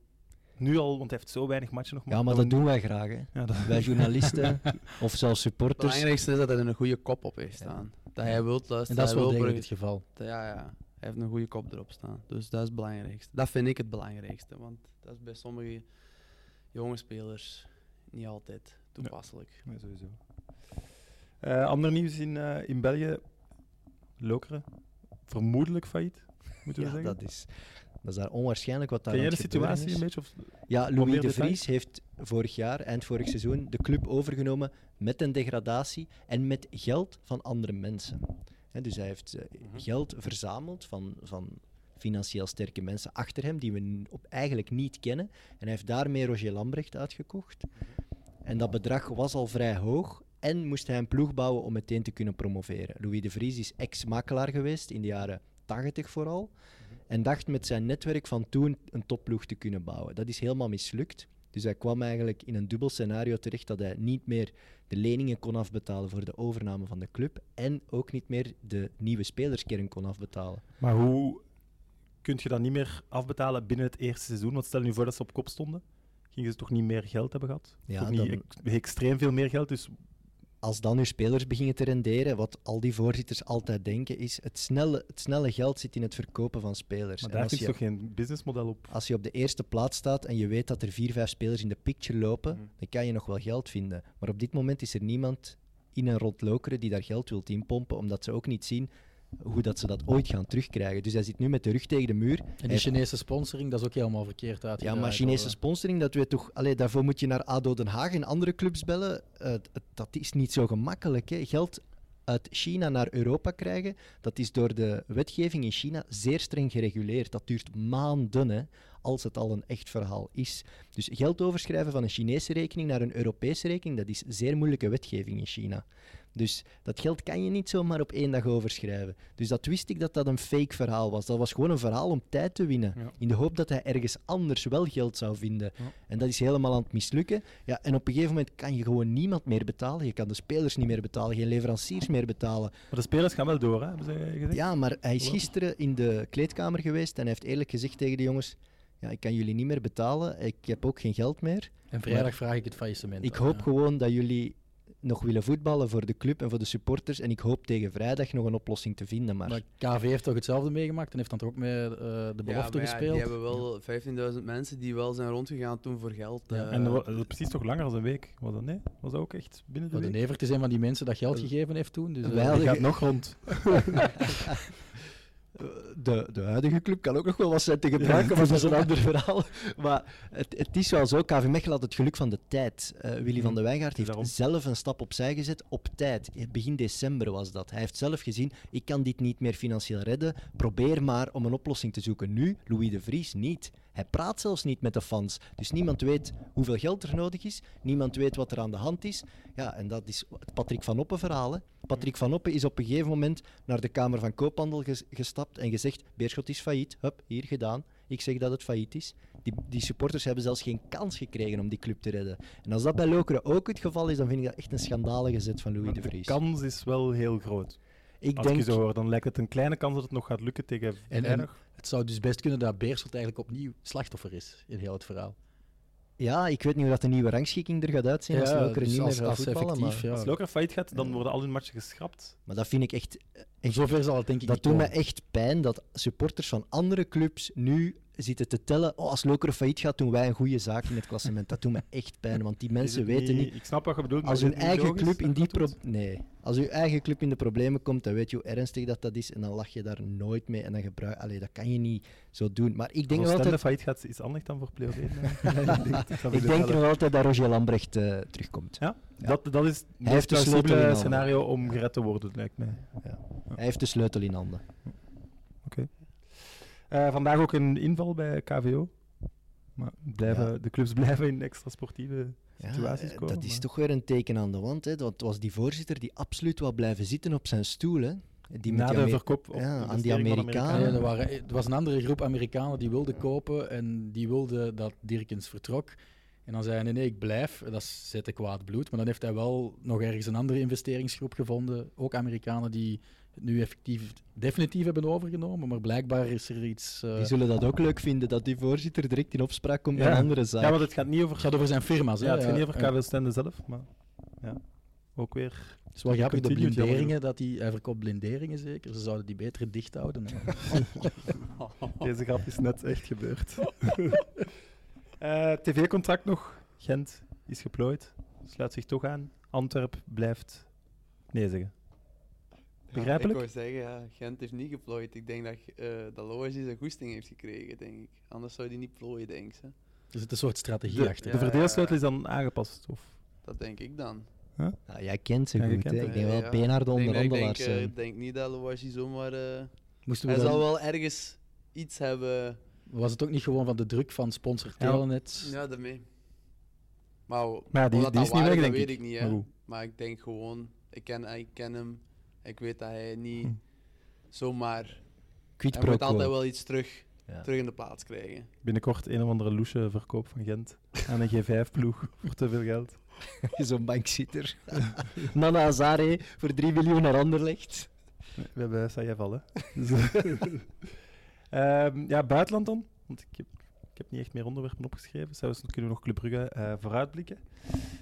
Speaker 2: nu al, want hij heeft zo weinig matchen nog.
Speaker 3: ja, maar dat doen wij graag. Hè.
Speaker 2: Ja, dat-
Speaker 3: Wij
Speaker 2: <laughs>
Speaker 3: journalisten of zelfs
Speaker 4: Het
Speaker 3: supporters.
Speaker 4: belangrijkste is dat hij er een goede kop op heeft staan. Dat hij wilt
Speaker 5: En
Speaker 4: luisteren.
Speaker 5: dat is
Speaker 4: hij
Speaker 5: wel
Speaker 4: wil
Speaker 5: degelijk het
Speaker 4: Brugge-
Speaker 5: geval.
Speaker 4: Ja, ja. Hij heeft een goede kop erop staan. Dus dat is het belangrijkste. Dat vind ik het belangrijkste. Want dat is bij sommige jonge spelers niet altijd toepasselijk.
Speaker 2: Nee, sowieso. Eh, ander nieuws in, eh, in België, Lokeren, vermoedelijk failliet, moeten we
Speaker 3: Ja,
Speaker 2: zeggen.
Speaker 3: dat is, dat is daar onwaarschijnlijk wat daar
Speaker 2: Ken jij
Speaker 3: aan
Speaker 2: de
Speaker 3: het gebeuren
Speaker 2: situatie
Speaker 3: is.
Speaker 2: een beetje? Of
Speaker 3: Ja,
Speaker 2: Wat
Speaker 3: Louis
Speaker 2: meer
Speaker 3: de
Speaker 2: detail?
Speaker 3: Vries heeft vorig jaar, eind vorig seizoen, de club overgenomen met een degradatie en met geld van andere mensen. Hè, dus hij heeft eh, geld verzameld van, van financieel sterke mensen achter hem, die we n- op eigenlijk niet kennen. En hij heeft daarmee Roger Lambrecht uitgekocht. En dat bedrag was al vrij hoog. En moest hij een ploeg bouwen om meteen te kunnen promoveren. Louis de Vries is ex-makelaar geweest, in de jaren 80 vooral. En dacht met zijn netwerk van toen een topploeg te kunnen bouwen. Dat is helemaal mislukt. Dus hij kwam eigenlijk in een dubbel scenario terecht dat hij niet meer de leningen kon afbetalen voor de overname van de club en ook niet meer de nieuwe spelerskern kon afbetalen.
Speaker 2: Maar
Speaker 3: Ah.
Speaker 2: hoe kun je dat niet meer afbetalen binnen het eerste seizoen? Want stel je nu voor dat ze op kop stonden, gingen ze toch niet meer geld hebben gehad?
Speaker 3: Ja,
Speaker 2: toch niet
Speaker 3: dan-
Speaker 2: ex- extreem veel meer geld, dus
Speaker 3: Als dan uw spelers beginnen te renderen, wat al die voorzitters altijd denken, is het snelle, het snelle geld zit in het verkopen van spelers.
Speaker 2: maar
Speaker 3: En
Speaker 2: daar
Speaker 3: als
Speaker 2: kun je
Speaker 3: je-
Speaker 2: toch geen businessmodel op?
Speaker 3: als je op de eerste plaats staat en je weet dat er vier, vijf spelers in de picture lopen,
Speaker 2: Mhm.
Speaker 3: dan kan je nog wel geld vinden. Maar op dit moment is er niemand in een rond Lokeren die daar geld wilt inpompen, omdat ze ook niet zien hoe dat ze dat ooit gaan terugkrijgen. Dus hij zit nu met de rug tegen de muur.
Speaker 5: En die
Speaker 3: Hij-
Speaker 5: Chinese sponsoring, dat is ook helemaal verkeerd uit.
Speaker 3: ja, maar Chinese sponsoring, dat weet toch... Allee, daarvoor moet je naar ADO Den Haag en andere clubs bellen. Eh, d- dat is niet zo gemakkelijk. Hè. Geld uit China naar Europa krijgen, dat is door de wetgeving in China zeer streng gereguleerd. Dat duurt maanden, hè, als het al een echt verhaal is. Dus geld overschrijven van een Chinese rekening naar een Europese rekening, dat is zeer moeilijke wetgeving in China. Dus dat geld kan je niet zomaar op één dag overschrijven. Dus dat wist ik dat dat een fake verhaal was. Dat was gewoon een verhaal om tijd te winnen.
Speaker 2: Ja.
Speaker 3: In de hoop dat hij ergens anders wel geld zou vinden.
Speaker 2: Ja.
Speaker 3: En dat is helemaal aan het mislukken. Ja, en op een gegeven moment kan je gewoon niemand meer betalen. Je kan de spelers niet meer betalen, geen leveranciers meer betalen.
Speaker 2: Maar de spelers gaan wel door, hè, hebben ze gezegd.
Speaker 3: Ja, maar hij is
Speaker 2: Wel.
Speaker 3: gisteren in de kleedkamer geweest en hij heeft eerlijk gezegd tegen de jongens... ja, ik kan jullie niet meer betalen, ik heb ook geen geld meer.
Speaker 5: En vrijdag vraag ik het faillissement.
Speaker 3: Ik
Speaker 5: aan,
Speaker 3: hoop
Speaker 5: ja.
Speaker 3: gewoon dat jullie nog willen voetballen voor de club en voor de supporters. En ik hoop tegen vrijdag nog een oplossing te vinden. Maar,
Speaker 5: Maar KV heeft toch hetzelfde meegemaakt en heeft dan toch ook met eh, de belofte
Speaker 4: maar ja,
Speaker 5: gespeeld.
Speaker 4: die hebben wel 15.000 mensen die wel zijn rondgegaan toen voor geld.
Speaker 5: Ja.
Speaker 4: eh,
Speaker 2: En dat wa- dat was precies toch langer dan een week? Was dat, nee? was dat ook echt binnen de
Speaker 5: Want de
Speaker 2: week?
Speaker 5: Nevert is een van die mensen dat geld gegeven heeft toen. Dus, eh,
Speaker 3: Wij hadden
Speaker 2: Die gaat
Speaker 3: ge-
Speaker 2: nog rond.
Speaker 3: eh, de, de huidige club kan ook nog wel wat zijn <laughs> te gebruiken, maar dat is een ander verhaal. Maar het, het is wel zo, KV Mechelen had het geluk van de tijd. Eh, Willy van
Speaker 2: Mhm.
Speaker 3: de Wijngaard heeft
Speaker 2: Daarom.
Speaker 3: zelf een stap opzij gezet, op tijd. Eh, Begin december was dat. Hij heeft zelf gezien, ik kan dit niet meer financieel redden, probeer maar om een oplossing te zoeken. Nu, Louis de Vries niet. Hij praat zelfs niet met de fans. Dus niemand weet hoeveel geld er nodig is, niemand weet wat er aan de hand is. Ja, en dat is het Patrick van Oppen verhaal. hè. Patrick van Oppen is op een gegeven moment naar de Kamer van Koophandel ges- gestapt en gezegd: Beerschot is failliet. Hup, hier gedaan. Ik zeg dat het failliet is. Die, die supporters hebben zelfs geen kans gekregen om die club te redden. En als dat bij Lokeren ook het geval is, dan vind ik dat echt een schandalige zet van Louis
Speaker 2: Maar
Speaker 3: de
Speaker 2: de
Speaker 3: Vries.
Speaker 2: kans is wel heel groot.
Speaker 3: ik
Speaker 2: Als ik
Speaker 3: denk,
Speaker 2: je zo hoor, dan lijkt het een kleine kans dat het nog gaat lukken tegen
Speaker 5: en-
Speaker 2: vrijdag.
Speaker 5: Het zou dus best kunnen dat Beerschot eigenlijk opnieuw slachtoffer is in heel het verhaal.
Speaker 3: ja, ik weet niet hoe dat de nieuwe rangschikking er gaat uitzien als Lokeren
Speaker 5: dus
Speaker 3: niet
Speaker 5: als-
Speaker 3: meer gaat
Speaker 5: als ze
Speaker 3: voetballen. Maar,
Speaker 5: effectief, ja.
Speaker 2: Als Lokeren failliet gaat, dan worden al hun matchen geschrapt.
Speaker 3: maar dat vind ik echt
Speaker 5: Echt. Zover zal het denk ik
Speaker 3: Dat
Speaker 5: niet
Speaker 3: doet mij
Speaker 5: komen.
Speaker 3: echt pijn dat supporters van andere clubs nu zitten te tellen. Oh, als Lokeren failliet gaat, doen wij een goede zaak in het klassement. Dat doet me echt pijn, want die
Speaker 2: Is
Speaker 3: mensen
Speaker 2: het
Speaker 3: weten niet.
Speaker 2: Ik snap wat je bedoelt, maar
Speaker 3: Als
Speaker 2: is
Speaker 3: hun
Speaker 2: het niet
Speaker 3: eigen
Speaker 2: logisch
Speaker 3: club in
Speaker 2: dat
Speaker 3: die
Speaker 2: je dat
Speaker 3: pro- nee, als uw eigen club in de problemen komt, dan weet je hoe ernstig dat, dat is en dan lach je daar nooit mee en dan gebruik. Allee, dat kan je niet zo doen. Maar ik
Speaker 2: doet?
Speaker 3: denk
Speaker 2: Als
Speaker 3: nog
Speaker 2: Oostende
Speaker 3: altijd,
Speaker 2: failliet gaat, is anders dan voor <laughs> play
Speaker 3: ik denk nog altijd dat Roger Lambrecht eh, terugkomt.
Speaker 2: Dat, dat is
Speaker 3: Hij heeft de
Speaker 2: het
Speaker 3: sleutel in
Speaker 2: plausibele
Speaker 3: handen.
Speaker 2: scenario om gered te worden, lijkt mij.
Speaker 3: Hij heeft de sleutel in handen.
Speaker 2: Eh, vandaag ook een inval bij KVO. Maar blijven,
Speaker 3: Ja.
Speaker 2: de clubs <laughs> blijven in extra sportieve
Speaker 3: Ja,
Speaker 2: situaties
Speaker 3: eh,
Speaker 2: komen.
Speaker 3: Dat is
Speaker 2: maar-
Speaker 3: toch weer een teken aan de wand. Hè? Dat was die voorzitter die absoluut wou blijven zitten op zijn stoel. Hè? Die met
Speaker 2: Na
Speaker 3: die
Speaker 2: de
Speaker 3: Amer-
Speaker 2: verkoop of
Speaker 3: ja, aan die
Speaker 2: investering van de
Speaker 3: Amerikanen.
Speaker 5: Nee,
Speaker 3: Ja.
Speaker 5: Eh, er, waren, er was een andere groep Amerikanen die wilden kopen en die wilden dat Dirkens vertrok. En dan zei hij, nee, nee, ik blijf. Dat zette kwaad bloed. Maar dan heeft hij wel nog ergens een andere investeringsgroep gevonden. Ook Amerikanen die het nu effectief definitief hebben overgenomen. Maar blijkbaar is er iets... eh,
Speaker 3: Die zullen dat ook leuk vinden, dat die voorzitter direct in opspraak komt
Speaker 2: Ja.
Speaker 3: met een andere zaak.
Speaker 2: Ja, want het gaat niet over,
Speaker 5: het gaat over zijn firma's. hè, Eh,
Speaker 2: ja, het gaat niet
Speaker 5: ja.
Speaker 2: over KVO Stende zelf, maar ja. ook weer.
Speaker 5: Het is wel grappig, de
Speaker 2: Continued, jammer
Speaker 5: blinderingen, dat hij, hij verkoopt blinderingen zeker. Ze zouden die beter dicht houden.
Speaker 2: <laughs>
Speaker 5: hè.
Speaker 2: Deze grap is net echt
Speaker 4: <laughs>
Speaker 2: gebeurd. Eh, TV-contract nog. Gent is geplooid. Sluit zich toch aan. Antwerp blijft nee zeggen.
Speaker 4: ja,
Speaker 2: Begrijpelijk?
Speaker 4: ik wou zeggen, ja, Gent heeft niet geplooid. Ik denk dat, eh dat Lois zijn goesting heeft gekregen, denk ik. Anders zou die niet plooien, denk ik. hè.
Speaker 5: Er zit een soort strategie
Speaker 2: De,
Speaker 5: achter.
Speaker 2: de verdeelsleutel is dan aangepast. Of
Speaker 4: Dat denk ik dan.
Speaker 3: Nou, jij kent ze
Speaker 2: Ja, je
Speaker 3: goed,
Speaker 2: kent
Speaker 3: hè.
Speaker 2: hem.
Speaker 3: Ik denk
Speaker 4: Ja,
Speaker 3: wel
Speaker 4: ja.
Speaker 3: Beenhard de
Speaker 4: Ik denk dat-
Speaker 3: onderhandelaars
Speaker 4: Ik denk, eh,
Speaker 3: zijn.
Speaker 4: ik denk niet dat Lois zomaar... eh
Speaker 5: Moesten we
Speaker 4: hij
Speaker 5: dan-
Speaker 4: zal wel ergens iets hebben.
Speaker 5: Was het ook niet gewoon van de druk van sponsor Telenet?
Speaker 4: Ja, daarmee. Maar, o-
Speaker 2: Maar ja, die-
Speaker 4: of dat
Speaker 2: die
Speaker 4: dat
Speaker 2: is niet
Speaker 4: waar
Speaker 2: weg,
Speaker 4: dat
Speaker 2: denk
Speaker 4: weet
Speaker 2: ik.
Speaker 4: ik niet,
Speaker 2: Maar
Speaker 4: hè.
Speaker 2: goed.
Speaker 4: Maar ik denk gewoon... Ik ken, ik ken hem. Ik weet dat hij niet
Speaker 2: Hm. eh.
Speaker 4: zomaar...
Speaker 3: Quid
Speaker 4: Hij
Speaker 3: pro
Speaker 4: moet
Speaker 3: quo.
Speaker 4: altijd wel iets terug,
Speaker 3: Ja.
Speaker 4: terug in de plaats krijgen.
Speaker 2: binnenkort een of andere loesje verkoop van Gent aan een G5-ploeg voor te veel geld.
Speaker 3: <laughs> Zo'n bankzitter. Nana Azare voor 3 miljoen naar Anderlecht.
Speaker 2: We hebben Sajev al, hè. Dus- <laughs> Ehm, ja, buitenland dan. Want ik heb, ik heb niet echt meer onderwerpen opgeschreven. Zelfs kunnen we nog Club Brugge eh, vooruitblikken.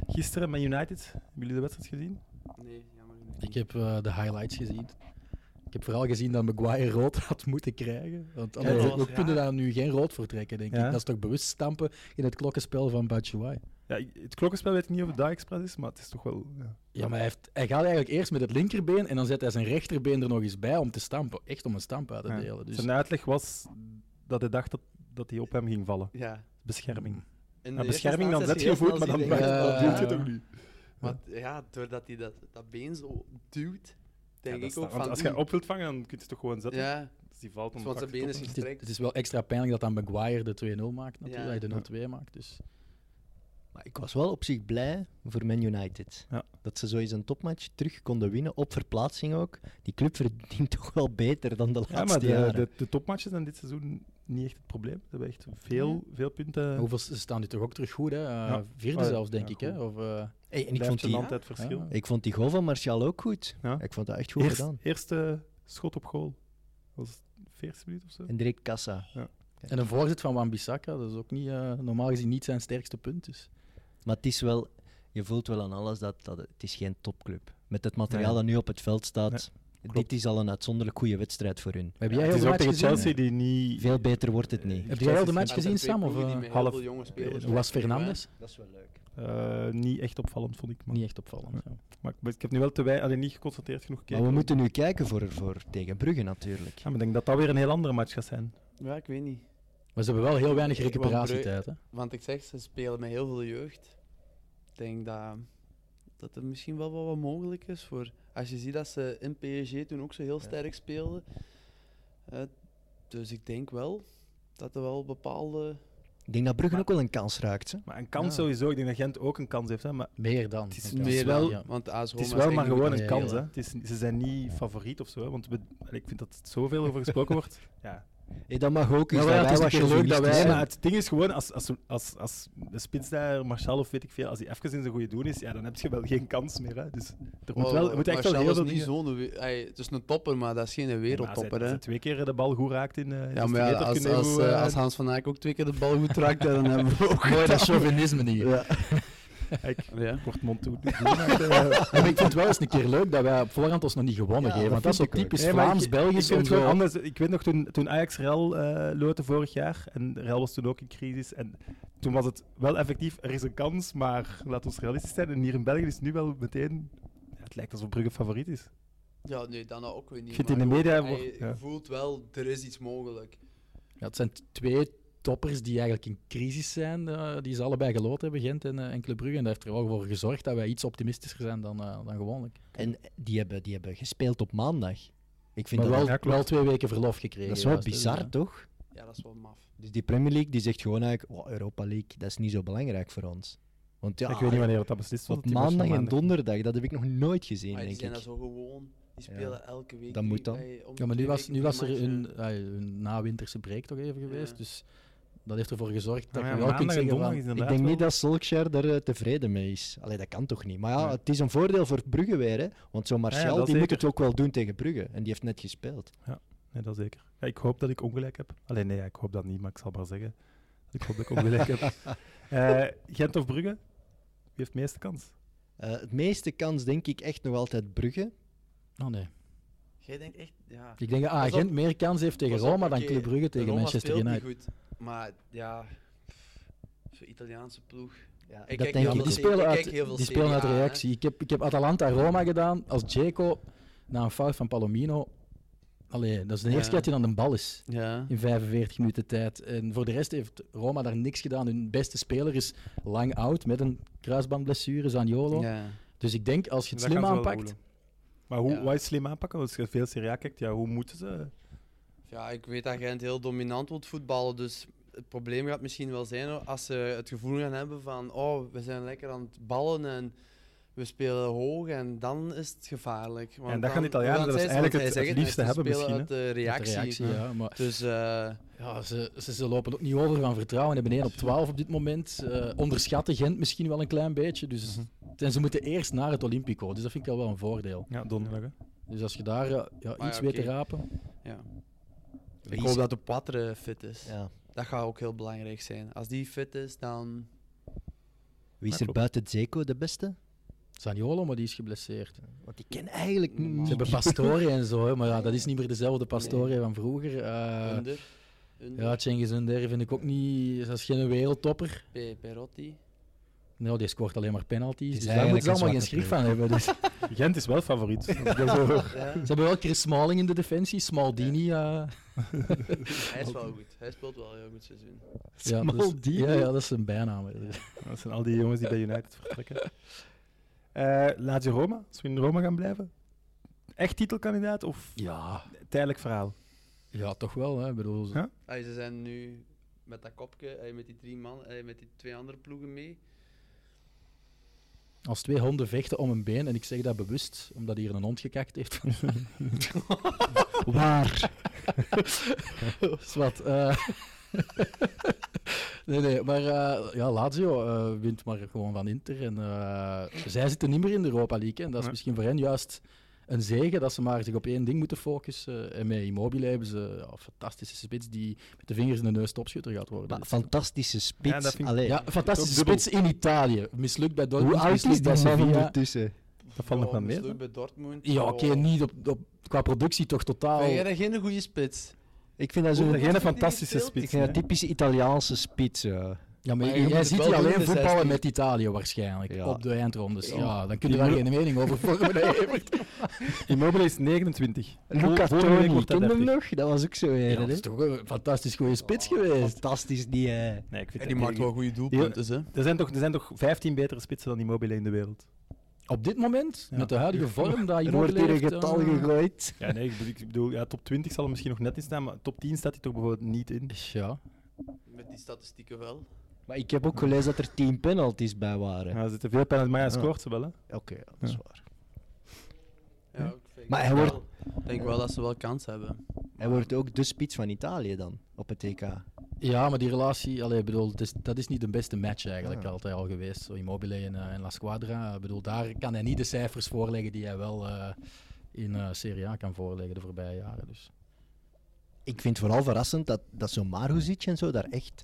Speaker 2: Gisteren met United. Hebben jullie de wedstrijd gezien?
Speaker 4: Nee, jammer
Speaker 5: Ik heb eh, de highlights gezien. Ik heb vooral gezien dat Maguire rood had moeten krijgen. Want
Speaker 2: Ja,
Speaker 5: anders-
Speaker 2: dat
Speaker 5: we
Speaker 4: was
Speaker 5: kunnen
Speaker 4: raar.
Speaker 5: daar nu geen rood voor trekken, denk
Speaker 2: Ja.
Speaker 5: ik. Dat is toch bewust stampen in het klokkenspel van Batshuayi.
Speaker 2: Ja, ik- het klokkenspel weet ik niet of het daar expres is, maar het is toch wel... Ja.
Speaker 5: Ja, maar hij, heeft, hij gaat eigenlijk eerst met het linkerbeen en dan zet hij zijn rechterbeen er nog eens bij om te stampen. Echt om een stamp uit te
Speaker 2: Ja.
Speaker 5: delen. Dus
Speaker 2: Zijn uitleg was dat hij dacht dat, dat hij op hem ging vallen.
Speaker 4: Ja.
Speaker 2: Bescherming.
Speaker 4: In
Speaker 2: Ja,
Speaker 4: de eerste
Speaker 2: bescherming, dan zet
Speaker 4: instantie
Speaker 2: je je
Speaker 4: is het
Speaker 2: voet, maar
Speaker 4: heel
Speaker 2: dan
Speaker 4: snel
Speaker 5: denk
Speaker 4: zien denken,
Speaker 5: ik, eh,
Speaker 2: dat
Speaker 5: ja,
Speaker 2: doet
Speaker 4: "Oh,
Speaker 2: je
Speaker 5: ja.
Speaker 2: toch niet?
Speaker 4: Maar t- ja, doordat hij dat, dat been zo duwt,
Speaker 2: Ja,
Speaker 4: denk
Speaker 2: dat
Speaker 4: ik
Speaker 2: staat-
Speaker 4: ook
Speaker 2: want
Speaker 4: van...
Speaker 2: als je
Speaker 4: "Oeh,
Speaker 2: op wilt vangen, dan kun je het toch gewoon zetten.
Speaker 4: Ja,
Speaker 2: Dus die valt om
Speaker 4: want zijn
Speaker 2: vak te
Speaker 4: been is
Speaker 2: koppen.
Speaker 5: het, is-
Speaker 4: gestrekt.
Speaker 5: het is wel extra pijnlijk dat dan Maguire de 2-0 maakt, natuurlijk.
Speaker 4: Ja.
Speaker 5: Dat hij de 0-2 maakt. Dus.
Speaker 3: Maar ik was wel op zich blij voor Man United.
Speaker 2: Ja.
Speaker 3: Dat ze zo eens een topmatch terug konden winnen, op verplaatsing ook. Die club verdient <laughs> toch wel beter dan de
Speaker 2: Ja,
Speaker 3: laatste
Speaker 2: maar de,
Speaker 3: jaren.
Speaker 2: de, de topmatches zijn dit seizoen niet echt het probleem. Ze hebben echt veel, veel punten.
Speaker 5: Hoeveel, ze staan nu toch ook terug goed, hè? Eh, Vierde
Speaker 2: Oh ja,
Speaker 5: zelfs, denk
Speaker 2: ja,
Speaker 5: ik. Hè?
Speaker 2: goed.
Speaker 5: Of, eh,
Speaker 3: Hey, en ik
Speaker 2: Blijft
Speaker 3: vond, die,
Speaker 2: gênant, het verschil.
Speaker 5: Ja.
Speaker 3: ik vond die goal van Martial ook goed.
Speaker 2: Ja.
Speaker 3: Ik vond dat echt goed
Speaker 2: Eerst-
Speaker 3: gedaan.
Speaker 2: Eerste schot op goal was het 40 minuten of zo.
Speaker 3: En direct kassa.
Speaker 2: Ja.
Speaker 5: En een voorzet van Wan-Bissaka, dat is ook niet, eh, normaal gezien niet zijn sterkste punt. Dus.
Speaker 3: Maar het is wel, je voelt wel aan alles dat, dat het is geen topclub Met het materiaal
Speaker 2: Nee.
Speaker 3: dat nu op het veld staat, dit
Speaker 2: klopt.
Speaker 3: is al een uitzonderlijk goede wedstrijd voor hun.
Speaker 5: Heb
Speaker 2: Ja,
Speaker 5: jij
Speaker 2: het
Speaker 5: heel
Speaker 2: is
Speaker 5: de
Speaker 2: ook
Speaker 5: match
Speaker 2: tegen
Speaker 5: gezien?
Speaker 2: Chelsea die niet...
Speaker 3: Veel beter wordt het niet.
Speaker 5: Heb jij heel de match
Speaker 4: Maar
Speaker 5: gezien,
Speaker 4: dat zijn twee
Speaker 5: Sam? Of
Speaker 4: ploegen
Speaker 5: eh,
Speaker 4: die met heel
Speaker 2: half-
Speaker 4: veel jonge spelers
Speaker 5: was
Speaker 4: spelen, hè.
Speaker 5: Fernandes?
Speaker 3: Dat is wel leuk.
Speaker 2: eh, niet echt opvallend, vond ik. Maar,
Speaker 5: Niet echt opvallend. ja.
Speaker 2: maar ik- ik heb nu wel te wij, alleen niet geconstateerd genoeg
Speaker 3: Maar
Speaker 2: gekeken.
Speaker 3: we moeten nu kijken voor, voor tegen Brugge natuurlijk.
Speaker 2: Ja, maar ik denk dat dat weer een heel andere match gaat zijn.
Speaker 4: Ja, ik weet niet.
Speaker 5: Maar ze hebben wel heel weinig
Speaker 4: Ik wou
Speaker 5: recuperatietijd. Hè?
Speaker 4: Want ik zeg, ze spelen met heel veel jeugd. Ik denk dat, dat het misschien wel wat, wat mogelijk is voor. Als je ziet dat ze in PSG toen ook zo heel sterk speelden. Eh, dus ik denk wel dat er wel bepaalde.
Speaker 3: Ik denk dat Brugge
Speaker 2: Maar-
Speaker 3: ook wel een kans raakt. Hè?
Speaker 2: Maar een kans
Speaker 5: Ja.
Speaker 2: sowieso. Ik denk dat Gent ook een kans heeft. Hè, maar
Speaker 5: Meer dan.
Speaker 2: is
Speaker 5: Want
Speaker 2: meer
Speaker 5: ja,
Speaker 2: wel-
Speaker 5: ja.
Speaker 4: Want AS
Speaker 2: het is
Speaker 4: Roma
Speaker 2: wel maar
Speaker 4: eigenlijk
Speaker 2: gewoon
Speaker 5: goed
Speaker 2: een
Speaker 5: aan
Speaker 2: kans. Hè.
Speaker 5: spelen.
Speaker 2: Het is, ze zijn niet favoriet of zo. hè, Want we, ik vind dat er zoveel over
Speaker 3: <laughs>
Speaker 2: gesproken wordt. Ja.
Speaker 3: Hey, dat mag ook. eens,
Speaker 5: Ja,
Speaker 3: dat
Speaker 5: wel,
Speaker 3: wij
Speaker 5: het is
Speaker 3: wat
Speaker 5: een keer leuk dat
Speaker 3: chauvinistisch
Speaker 5: wij-
Speaker 2: Nee,
Speaker 3: zijn.
Speaker 2: maar het ding is gewoon, als, als, als, als de spits daar, Martial of weet ik veel, als hij even in zijn goede doen is, ja, dan heb je wel geen kans meer. Hè. Dus er moet, wel, er moet echt wel
Speaker 4: Martial
Speaker 2: heel
Speaker 4: is
Speaker 2: veel
Speaker 4: niet
Speaker 2: dingen-
Speaker 4: zo'n we- hij- Het is een topper, maar dat is geen
Speaker 2: Ja, maar
Speaker 4: wereldtopper.
Speaker 2: als
Speaker 4: hè.
Speaker 2: hij twee keer de bal goed raakt in eh
Speaker 4: Ja, maar ja, als, als, eh, als Hans van Eyck ook twee keer de bal goed
Speaker 2: <laughs>
Speaker 4: raakt, dan hebben we ook.
Speaker 5: Mooi dat chauvinisme
Speaker 2: <laughs>
Speaker 5: hier.
Speaker 2: Ik
Speaker 4: Ja.
Speaker 2: word mond toe.
Speaker 5: <laughs> Ja, maar ik vind het wel eens een keer leuk dat wij op voorhand ons nog niet gewonnen
Speaker 3: Ja, dat
Speaker 5: geven. Want dat is
Speaker 3: vind
Speaker 5: ook
Speaker 3: ik ook.
Speaker 5: typisch
Speaker 2: Nee, maar ik- ik,
Speaker 5: Vlaams-Belgisch.
Speaker 2: vind
Speaker 5: om
Speaker 2: het gewoon
Speaker 5: zo-
Speaker 2: anders. ik weet nog, toen, toen Ajax Real eh loten vorig jaar, en Real was toen ook in crisis, en toen was het wel effectief, er is een kans, maar laat ons realistisch zijn. En hier in België is het nu wel meteen, ja, het lijkt alsof Brugge favoriet is.
Speaker 4: Ja, nee, dan ook weer
Speaker 2: Ik
Speaker 4: niet.
Speaker 2: vind
Speaker 4: maar
Speaker 2: in de
Speaker 4: gewoon,
Speaker 2: media
Speaker 4: hij-
Speaker 2: wordt- ja.
Speaker 4: Je voelt wel, er is iets mogelijk.
Speaker 5: Ja, het zijn t- twee toppers die eigenlijk in crisis zijn, eh, die ze allebei geloot hebben, Gent en, eh, en Club Brugge. En dat heeft er wel voor gezorgd dat wij iets optimistischer zijn dan, eh, dan gewoonlijk.
Speaker 3: En die hebben, die hebben gespeeld op maandag. Ik vind
Speaker 5: Maar
Speaker 3: dat,
Speaker 5: wel,
Speaker 2: ja, klopt.
Speaker 5: wel twee weken verlof gekregen.
Speaker 3: dat is wel
Speaker 5: juist, hè,
Speaker 3: bizar,
Speaker 5: dus, ja.
Speaker 3: toch?
Speaker 4: Ja, dat is wel maf.
Speaker 3: Dus die Premier League die zegt gewoon eigenlijk, "Oh, Europa League, dat is niet zo belangrijk voor ons. Want ja,
Speaker 2: ik weet niet wanneer dat beslist wordt.
Speaker 3: op maandag en donderdag, dat heb ik nog nooit gezien,
Speaker 4: Maar die
Speaker 3: denk
Speaker 4: zijn dat
Speaker 3: ik.
Speaker 4: zo gewoon. Die
Speaker 3: Ja.
Speaker 4: spelen elke week.
Speaker 3: Dat moet dan.
Speaker 5: Ja, maar nu was, nu was er een, ah, een nawinterse break toch even geweest.
Speaker 4: Ja.
Speaker 5: Dus dat heeft ervoor gezorgd dat
Speaker 2: Ah ja,
Speaker 5: je wel kunt
Speaker 2: maandag en
Speaker 5: zeggen
Speaker 2: donderdag
Speaker 5: van...
Speaker 2: is inderdaad
Speaker 3: Ik denk niet
Speaker 2: wel-
Speaker 3: dat Solskjaer daar eh, tevreden mee is. Allee, dat kan toch niet? Maar ja,
Speaker 2: Nee.
Speaker 3: het is een voordeel voor Brugge weer, hè. Want zo'n Martial,
Speaker 2: dat
Speaker 3: die moet
Speaker 2: zeker.
Speaker 3: het ook wel doen tegen Brugge. En die heeft net gespeeld.
Speaker 2: Nee, dat zeker. Ja, ik hoop dat ik ongelijk heb. Alleen nee, ja, ik hoop dat niet, maar ik zal maar zeggen. dat Ik hoop dat ik ongelijk heb. Eh, Gent of Brugge? Wie heeft de meeste kans?
Speaker 3: Eh, het meeste kans denk ik echt nog altijd Brugge.
Speaker 5: Oh nee.
Speaker 4: Jij denkt echt. Ja.
Speaker 5: Ik denk dat ah,
Speaker 4: Pas op.
Speaker 5: Gent meer kans heeft tegen
Speaker 4: Pas op,
Speaker 5: Roma dan
Speaker 4: oké,
Speaker 5: Club Brugge tegen
Speaker 4: Roma
Speaker 5: Manchester
Speaker 4: speelt
Speaker 5: United.
Speaker 4: Niet goed, maar ja. pff, Zo'n Italiaanse ploeg.
Speaker 3: Ja,
Speaker 4: Ik
Speaker 5: Dat
Speaker 4: kijk
Speaker 5: denk
Speaker 4: heel
Speaker 5: ik. Die
Speaker 4: veel serie-
Speaker 5: spelen
Speaker 4: ik
Speaker 5: uit,
Speaker 4: kijk heel veel
Speaker 5: die spelen uit
Speaker 4: serie A, hè.
Speaker 5: reactie. Ik heb, ik heb Atalanta-Roma gedaan als Jaco na een fout van Palomino. Allee, dat is de
Speaker 4: Ja.
Speaker 5: eerste keer dat hij aan de bal is
Speaker 4: Ja.
Speaker 5: in 45 minuten tijd. En voor de rest heeft Roma daar niks gedaan. Hun beste speler is lang oud met een kruisbandblessure, Zaniolo.
Speaker 4: Ja.
Speaker 5: Dus ik denk als je het
Speaker 2: Dat
Speaker 5: slim
Speaker 2: gaan ze wel
Speaker 5: aanpakt.
Speaker 2: voelen. Maar hoe,
Speaker 4: Ja.
Speaker 2: wat is slim aanpakken? Als je veel Serie A kijkt, ja, hoe moeten ze?
Speaker 4: Ja, ik weet dat Gent heel dominant wilt voetballen, dus het probleem gaat misschien wel zijn hoor, als ze het gevoel gaan hebben van oh, we zijn lekker aan het ballen en we spelen hoog en dan is het gevaarlijk. Want
Speaker 2: en dat gaan
Speaker 4: dan-
Speaker 2: de Italianen
Speaker 4: want
Speaker 2: dat is
Speaker 4: zij-
Speaker 2: eigenlijk
Speaker 4: want
Speaker 2: het-
Speaker 4: zij
Speaker 2: het
Speaker 4: zeggen
Speaker 2: liefste
Speaker 4: net, ze
Speaker 2: hebben
Speaker 4: spelen
Speaker 2: misschien,
Speaker 4: uit de
Speaker 5: met de
Speaker 4: reactie.
Speaker 5: reactie ja, maar
Speaker 4: Dus eh,
Speaker 5: Ja, ze, ze, ze lopen ook niet over van vertrouwen. Hebben 1 op 12 op dit moment. Eh, onderschatten Gent misschien wel een klein beetje. Dus, En ze moeten eerst naar het Olympico. Dus dat vind ik al wel een voordeel.
Speaker 2: Ja, donderdag. hè.
Speaker 5: Dus als je daar eh, ja,
Speaker 4: Maar
Speaker 5: iets
Speaker 4: ja,
Speaker 5: weet te
Speaker 4: oké.
Speaker 5: rapen.
Speaker 4: ja.
Speaker 3: Wie
Speaker 4: Ik
Speaker 3: is-
Speaker 4: hoop dat de Poitre fit is.
Speaker 3: ja.
Speaker 4: Dat gaat ook heel belangrijk zijn. Als die fit is, dan...
Speaker 3: Wie is
Speaker 2: Ja,
Speaker 3: er
Speaker 2: klopt.
Speaker 3: buiten Zeko de beste?
Speaker 5: Zaniolo, maar die is geblesseerd.
Speaker 3: Want ik ken eigenlijk
Speaker 4: Normaal.
Speaker 5: Ze
Speaker 3: niet...
Speaker 5: hebben Pastore en zo, hè, maar ja, dat is niet meer dezelfde Pastore van vroeger. Eh,
Speaker 4: Under. Under.
Speaker 5: ja, Cengiz Under vind ik ook niet... Dat is geen wereldtopper.
Speaker 4: Pe- Perotti.
Speaker 5: Nou, die scoort alleen maar penalties.
Speaker 3: Het is
Speaker 5: Dus daar moeten
Speaker 3: eigenlijk
Speaker 5: ze allemaal
Speaker 3: een
Speaker 5: geen schrik
Speaker 3: zwakke
Speaker 5: van hebben. Dus. ze
Speaker 2: Gent is wel <laughs> favoriet. Als ik dat zo hoor.
Speaker 4: Ja,
Speaker 5: hebben wel Chris Smalling in de defensie, Smaldini. eh,
Speaker 4: hij is wel goed. Hij speelt wel een heel goed seizoen.
Speaker 5: Ja, dat is-
Speaker 3: Smaldini.
Speaker 5: Ja, ja, dat is een bijnaam. hè.
Speaker 2: Dat zijn al die jongens die bij United vertrekken. Eh laat je Roma, als we in Roma gaan blijven. Echt titelkandidaat of
Speaker 5: Ja,
Speaker 2: tijdelijk verhaal?
Speaker 5: ja toch wel. Hè. Ik bedoel, ze-
Speaker 2: Ja?
Speaker 4: Hey, ze zijn nu met dat kopje, hey, met die drie man, hey, met die twee andere ploegen mee.
Speaker 5: Als twee honden vechten om een been, en ik zeg dat bewust, omdat hier een hond gekakt heeft.
Speaker 3: Waar?
Speaker 5: <laughs> Zwat. eh. <laughs> nee, nee, maar eh, ja, Lazio eh, wint maar gewoon van Inter. En, eh, zij zitten niet meer in de Europa League. hè. En dat is
Speaker 2: Nee.
Speaker 5: misschien voor hen juist een zegen dat ze maar zich op één ding moeten focussen. eh, En met Immobile hebben ze ja, een fantastische spits die met de vingers in de neus topschutter gaat worden. Dus-
Speaker 3: Maar
Speaker 5: dit seizoen.
Speaker 3: fantastische spits.
Speaker 2: Ja, dat vind ik-
Speaker 3: Allee,
Speaker 5: ja, fantastische
Speaker 2: Dubbel.
Speaker 5: spits in Italië. Mislukt bij
Speaker 3: Hoe
Speaker 5: Dortmund,
Speaker 3: oud is die
Speaker 5: mislukt bij
Speaker 3: man
Speaker 5: Sevilla.
Speaker 3: ondertussen?
Speaker 2: Dat valt nog wel mee.
Speaker 4: mislukt bij Dortmund.
Speaker 5: Ja, oké, nou.
Speaker 4: Oh.
Speaker 5: niet op, op, qua productie toch totaal.
Speaker 4: Vind jij dat geen goede spits?
Speaker 3: Ik vind dat
Speaker 2: Zo'n
Speaker 3: zo'n
Speaker 4: Hoe-
Speaker 2: geen fantastische
Speaker 4: gespeeld?
Speaker 2: spits.
Speaker 3: ik vind dat typische Italiaanse spits. ja.
Speaker 5: Ja, maar
Speaker 4: Maar
Speaker 5: jij-
Speaker 4: je
Speaker 5: jij
Speaker 4: moet
Speaker 5: ziet
Speaker 4: het
Speaker 5: die
Speaker 4: wel
Speaker 5: alleen
Speaker 4: doen, de
Speaker 5: voetballen
Speaker 4: 16.
Speaker 5: met Italië waarschijnlijk
Speaker 3: Ja.
Speaker 5: op de eindrondes. Ja, dan kun je
Speaker 2: Die
Speaker 5: daar
Speaker 2: moet-
Speaker 5: geen mening over vormen. hè, Evert.
Speaker 2: hè. Immobile is 29.
Speaker 3: Luca
Speaker 2: Vol- volgende week
Speaker 3: Toni,
Speaker 2: wordt hij
Speaker 3: ken je hem
Speaker 2: 30.
Speaker 3: nog? Dat was ook zo
Speaker 5: Ja,
Speaker 3: een,
Speaker 5: dat
Speaker 3: hè?
Speaker 5: is toch een fantastisch goede spits geweest.
Speaker 3: Fantastisch, die... eh,
Speaker 2: Nee, ik vind
Speaker 4: En die
Speaker 2: dat-
Speaker 4: maakt wel goede doelpunten, hè?
Speaker 2: er, zijn toch, er zijn toch 15 betere spitsen dan Immobile in de wereld?
Speaker 5: Op dit moment,
Speaker 2: Ja.
Speaker 5: met de huidige vorm dat je eh,
Speaker 3: Er wordt hier een getal gegooid.
Speaker 2: Ja, nee, ik bedoel, ik bedoel, ja, top 20 zal er misschien nog net in staan, maar top 10 staat hij toch bijvoorbeeld niet in.
Speaker 5: Ja.
Speaker 4: Met die statistieken wel.
Speaker 3: Maar ik heb ook gelezen dat er 10 penalties bij waren.
Speaker 2: Ja, er zitten veel penalties, maar hij
Speaker 3: Ja.
Speaker 2: scoort ze wel. Hè?
Speaker 3: Oké, ja, dat is
Speaker 2: Ja.
Speaker 3: waar.
Speaker 4: Ja, ik vind
Speaker 3: Maar hij
Speaker 4: wel-
Speaker 3: wordt-
Speaker 4: Ik denk wel dat ze wel kans hebben.
Speaker 3: Hij wordt ook de spits van Italië dan, op het TK.
Speaker 5: ja, maar die relatie, allee, ik bedoel, het is, dat is niet de beste match eigenlijk
Speaker 3: Ah.
Speaker 5: altijd al geweest. Zo Immobile en, eh, en La Squadra. Ik bedoel, daar kan hij niet de cijfers voorleggen die hij wel eh, in eh, Serie A kan voorleggen de voorbije jaren. Dus.
Speaker 3: Ik vind het vooral verrassend dat, dat zo'n Maruzic en zo daar echt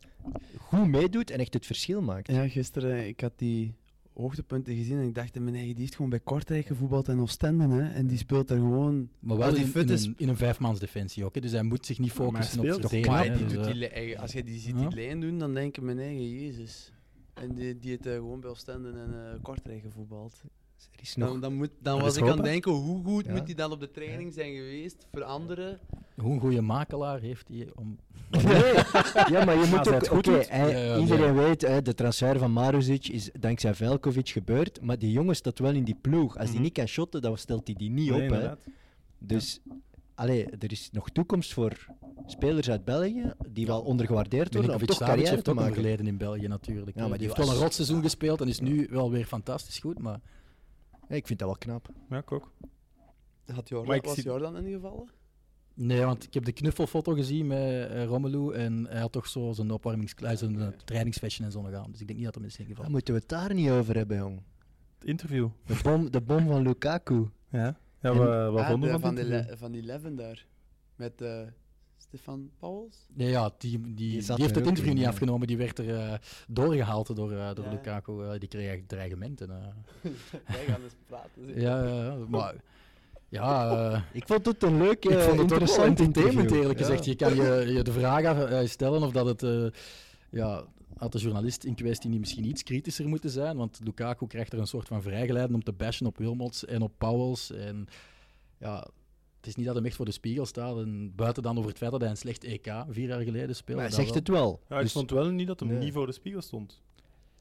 Speaker 3: goed meedoet en echt het verschil maakt.
Speaker 4: Ja, gisteren, ik had die hoogtepunten gezien en ik dacht in mijn eigen, die heeft gewoon bij Kortrijk gevoetbald en Oostende, hè. En die speelt daar gewoon...
Speaker 5: Maar wel
Speaker 4: Als
Speaker 5: in,
Speaker 4: die
Speaker 5: in
Speaker 4: fit is-
Speaker 5: een, in een vijfmans defensie ook. hè. Dus hij moet zich niet
Speaker 2: maar
Speaker 5: focussen
Speaker 2: hij
Speaker 5: op
Speaker 2: speelt.
Speaker 5: verdedigen.
Speaker 4: Maar
Speaker 5: hè.
Speaker 4: die
Speaker 5: Dus,
Speaker 4: doet
Speaker 5: eh,
Speaker 4: die li- eigen- als je die ziet
Speaker 5: ja.
Speaker 4: die lijn doen, dan denk ik mijn eigen, jezus. En die, die heeft eh, gewoon bij Oostende en eh, Kortrijk gevoetbald.
Speaker 3: Dus Er is nog...
Speaker 4: Dan, dan, moet, dan
Speaker 2: Dat
Speaker 4: was
Speaker 2: is
Speaker 4: ik aan het
Speaker 2: hopen.
Speaker 4: denken, hoe goed
Speaker 3: Ja.
Speaker 4: moet die dan op de training zijn geweest voor anderen?
Speaker 5: Hoe een goede makelaar heeft hij om.
Speaker 3: <laughs> Nee, ja, maar je
Speaker 2: Als
Speaker 3: moet
Speaker 2: hij
Speaker 3: ook...
Speaker 2: het goed
Speaker 3: oké,
Speaker 2: doet.
Speaker 3: hij-
Speaker 5: Ja, ja,
Speaker 3: iedereen weet, hè, de transfer van Maruzic is dankzij Velkovic gebeurd, maar die jongen staat wel in die ploeg. Als die
Speaker 2: Mhm.
Speaker 3: niet kan shotten, dan stelt hij die niet
Speaker 2: Nee,
Speaker 3: op. Hè.
Speaker 2: inderdaad.
Speaker 3: Dus allee, er is nog toekomst voor spelers uit België die wel ondergewaardeerd worden, om
Speaker 5: Milinkovic
Speaker 3: toch
Speaker 5: Savic
Speaker 3: carrière
Speaker 5: heeft
Speaker 3: te
Speaker 5: ook een
Speaker 3: maken.
Speaker 5: verleden in België natuurlijk.
Speaker 3: Ja,
Speaker 5: hè.
Speaker 3: maar
Speaker 5: die
Speaker 3: die
Speaker 5: heeft wel
Speaker 3: was-
Speaker 5: een rotseizoen gespeeld en is nu wel weer fantastisch goed. Maar
Speaker 3: Ja, ik vind dat wel knap.
Speaker 2: Ja, ik ook.
Speaker 4: Had
Speaker 2: Maar
Speaker 4: Jordan,
Speaker 2: ik
Speaker 4: was
Speaker 2: zie-
Speaker 4: Jordan ingevallen?
Speaker 5: nee, want ik heb de knuffelfoto gezien met eh, Romelu en hij had toch zo zijn opwarmingsklein, zijn eh, trainingsfashion en zo nog aan. Dus ik denk niet dat hem is
Speaker 3: Dan
Speaker 5: ingevallen.
Speaker 3: moeten we het daar niet over hebben, jong.
Speaker 2: Het interview.
Speaker 3: De bom, de bom van Lukaku.
Speaker 2: Ja, ja
Speaker 3: En-
Speaker 2: we, wat
Speaker 4: Ah,
Speaker 2: vonden
Speaker 4: de-
Speaker 2: we van het
Speaker 4: van, die
Speaker 2: interview?
Speaker 4: le- van die Leven daar. Met eh, Stefan Pauwels?
Speaker 5: Nee, ja, die, die, die
Speaker 3: zat
Speaker 5: heeft
Speaker 3: er
Speaker 5: het
Speaker 3: ook
Speaker 5: interview
Speaker 3: in,
Speaker 5: niet
Speaker 3: ja.
Speaker 5: afgenomen. Die werd er eh, doorgehaald door, eh, door
Speaker 4: Ja.
Speaker 5: Lukaku. eh, die kreeg echt dreigementen. eh.
Speaker 4: Wij gaan eens praten. zeg.
Speaker 5: Ja, ja, ja, maar... Ja, eh,
Speaker 3: Ik vond het een leuk,
Speaker 5: ik
Speaker 3: eh,
Speaker 5: vond het ook wel
Speaker 3: interessant
Speaker 5: entertainment,
Speaker 3: interview.
Speaker 5: eerlijk
Speaker 3: Ja.
Speaker 5: gezegd. Je kan je, je de vraag af- eh, stellen of dat het... eh, ja, had de journalist in kwestie niet misschien iets kritischer moeten zijn? Want Lukaku krijgt er een soort van vrijgeleiden om te bashen op Wilmots en op Powels. En ja, het is niet dat hem echt voor de spiegel staat. En buiten dan over het feit dat hij een slecht EK vier jaar geleden speelde.
Speaker 3: Maar hij
Speaker 5: dat
Speaker 3: zegt
Speaker 5: wel.
Speaker 3: het wel.
Speaker 2: Ja, ik
Speaker 3: Dus-
Speaker 2: vond wel niet dat hem
Speaker 3: Nee.
Speaker 2: niet voor de spiegel stond.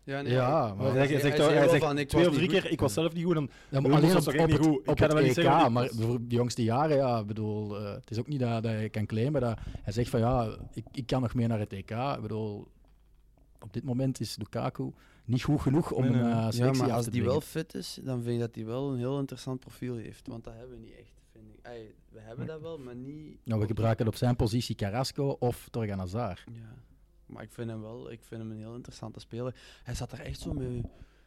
Speaker 4: Ja,
Speaker 5: Ja, maar-
Speaker 2: Hij zegt- hij zegt wel-
Speaker 4: zei
Speaker 2: hij
Speaker 4: wel
Speaker 2: zegt
Speaker 4: van, ik
Speaker 2: twee
Speaker 4: was
Speaker 2: of drie
Speaker 4: niet
Speaker 2: keer, ik was zelf niet goed. Dan,
Speaker 5: Ja, maar
Speaker 2: Wilmots
Speaker 5: alleen
Speaker 2: was
Speaker 5: op,
Speaker 2: toch
Speaker 5: op,
Speaker 2: echt
Speaker 5: het,
Speaker 2: niet goed? Ik
Speaker 5: op
Speaker 2: kan
Speaker 5: het
Speaker 2: wel niet
Speaker 5: EK,
Speaker 2: zeggen dat ik
Speaker 5: maar
Speaker 2: was.
Speaker 5: voor de jongste jaren, ja, ik bedoel, eh, het is ook niet dat, dat je kan claimen dat hij zegt van ja, ik, ik kan nog meer naar het EK. Ik bedoel, op dit moment is Lukaku niet goed genoeg om
Speaker 2: Nee, nee,
Speaker 5: een
Speaker 2: nee.
Speaker 5: eh,
Speaker 2: Ja,
Speaker 5: selectie
Speaker 4: ja, maar
Speaker 5: af
Speaker 4: als
Speaker 5: te
Speaker 4: die
Speaker 5: dwingen.
Speaker 4: wel fit is, dan vind ik dat die wel een heel interessant profiel heeft. Want dat hebben we niet echt, vind ik. Ey, we hebben dat wel, maar niet...
Speaker 5: Nou, we gebruiken op zijn positie Carrasco of Torgan Hazard.
Speaker 4: Ja. Maar ik vind hem wel, ik vind hem een heel interessante speler. Hij zat er echt zo mee...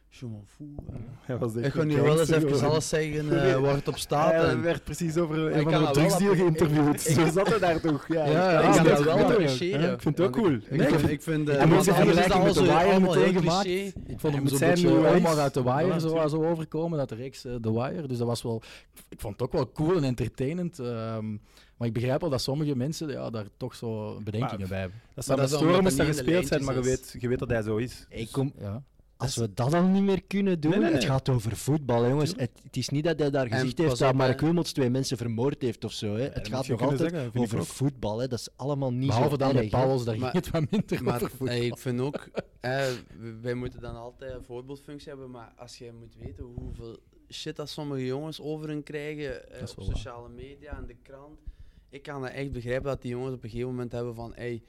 Speaker 4: Je m'en fous. eh.
Speaker 2: hij was echt
Speaker 4: Ik ga
Speaker 2: een
Speaker 4: nu wel eens
Speaker 2: gangster
Speaker 4: even
Speaker 2: gewoon.
Speaker 4: alles zeggen <laughs> eh, waar het op staat.
Speaker 2: Hij
Speaker 4: en-
Speaker 2: werd precies over
Speaker 4: ik
Speaker 2: een van
Speaker 4: kan
Speaker 2: de
Speaker 4: dat wel
Speaker 2: drugsdeal
Speaker 4: app-
Speaker 2: geïnterviewd.
Speaker 4: ik-
Speaker 2: Zo zat hij daar toch. Ja,
Speaker 5: ja,
Speaker 2: ik
Speaker 5: ik
Speaker 2: vind
Speaker 5: kan
Speaker 2: dat
Speaker 5: dat wel
Speaker 2: goed, hè.
Speaker 4: appreciëren.
Speaker 2: Ja, Ik vind het ook cool.
Speaker 4: Want Ik vind, ik vind, eh,
Speaker 2: Hij moet
Speaker 4: want
Speaker 2: zijn
Speaker 4: anders is
Speaker 2: vergelijking
Speaker 4: dat
Speaker 2: met de
Speaker 4: allemaal
Speaker 2: Wire
Speaker 4: zo- allemaal
Speaker 2: meteen
Speaker 4: heel
Speaker 2: gemaakt.
Speaker 4: cliché.
Speaker 5: Ik vond
Speaker 2: Ja,
Speaker 5: hem
Speaker 2: met
Speaker 5: zo'n
Speaker 2: zijn
Speaker 5: beetje
Speaker 2: reeks.
Speaker 5: Omar uit de Wire
Speaker 2: Ja,
Speaker 5: zo, zo overkomen, dat de reeks eh, The Wire. Dus dat was wel, ik vond het ook wel cool en entertainend. ehm, maar ik begrijp wel dat sommige mensen ja, daar toch zo bedenkingen
Speaker 2: Maar-
Speaker 5: bij hebben.
Speaker 2: Dat
Speaker 4: Maar
Speaker 2: zou
Speaker 4: dat
Speaker 2: een
Speaker 4: is omdat
Speaker 2: storm is
Speaker 4: dat
Speaker 2: dat
Speaker 4: niet in de
Speaker 2: gespeeld zijn, maar je
Speaker 4: lijntjes
Speaker 2: weet, je weet dat hij zo is.
Speaker 3: Ik kom,
Speaker 5: Dus, Ja.
Speaker 3: als we dat al niet meer kunnen doen,
Speaker 2: Nee, nee, nee.
Speaker 3: het gaat over voetbal, hè, jongens. Het, het is niet dat hij daar
Speaker 4: En
Speaker 3: gezegd
Speaker 4: pas
Speaker 3: heeft dat
Speaker 4: op,
Speaker 3: Mark
Speaker 4: hè.
Speaker 3: Wilmots twee mensen vermoord heeft of zo. Hè.
Speaker 2: dat
Speaker 3: Het
Speaker 2: moet
Speaker 3: gaat
Speaker 2: je
Speaker 3: nog
Speaker 2: kunnen
Speaker 3: altijd
Speaker 2: zeggen, vind ik
Speaker 3: over
Speaker 2: ook.
Speaker 3: voetbal, hè. dat is allemaal niet zo
Speaker 5: Behalve dan
Speaker 3: erg,
Speaker 5: met
Speaker 3: hè.
Speaker 5: Pauwels, daar ging
Speaker 4: Maar-
Speaker 5: het wat
Speaker 4: <laughs>
Speaker 5: minder
Speaker 4: Maar
Speaker 5: over voetbal.
Speaker 4: eh, ik vind
Speaker 2: <laughs>
Speaker 4: ook, eh, w- wij moeten dan altijd een voorbeeldfunctie hebben, maar als je moet weten hoeveel shit dat sommige jongens over hun krijgen eh,
Speaker 5: Dat is
Speaker 4: op
Speaker 5: wel waar.
Speaker 4: sociale media en de krant, ik kan dat echt begrijpen dat die jongens op een gegeven moment hebben van, hey,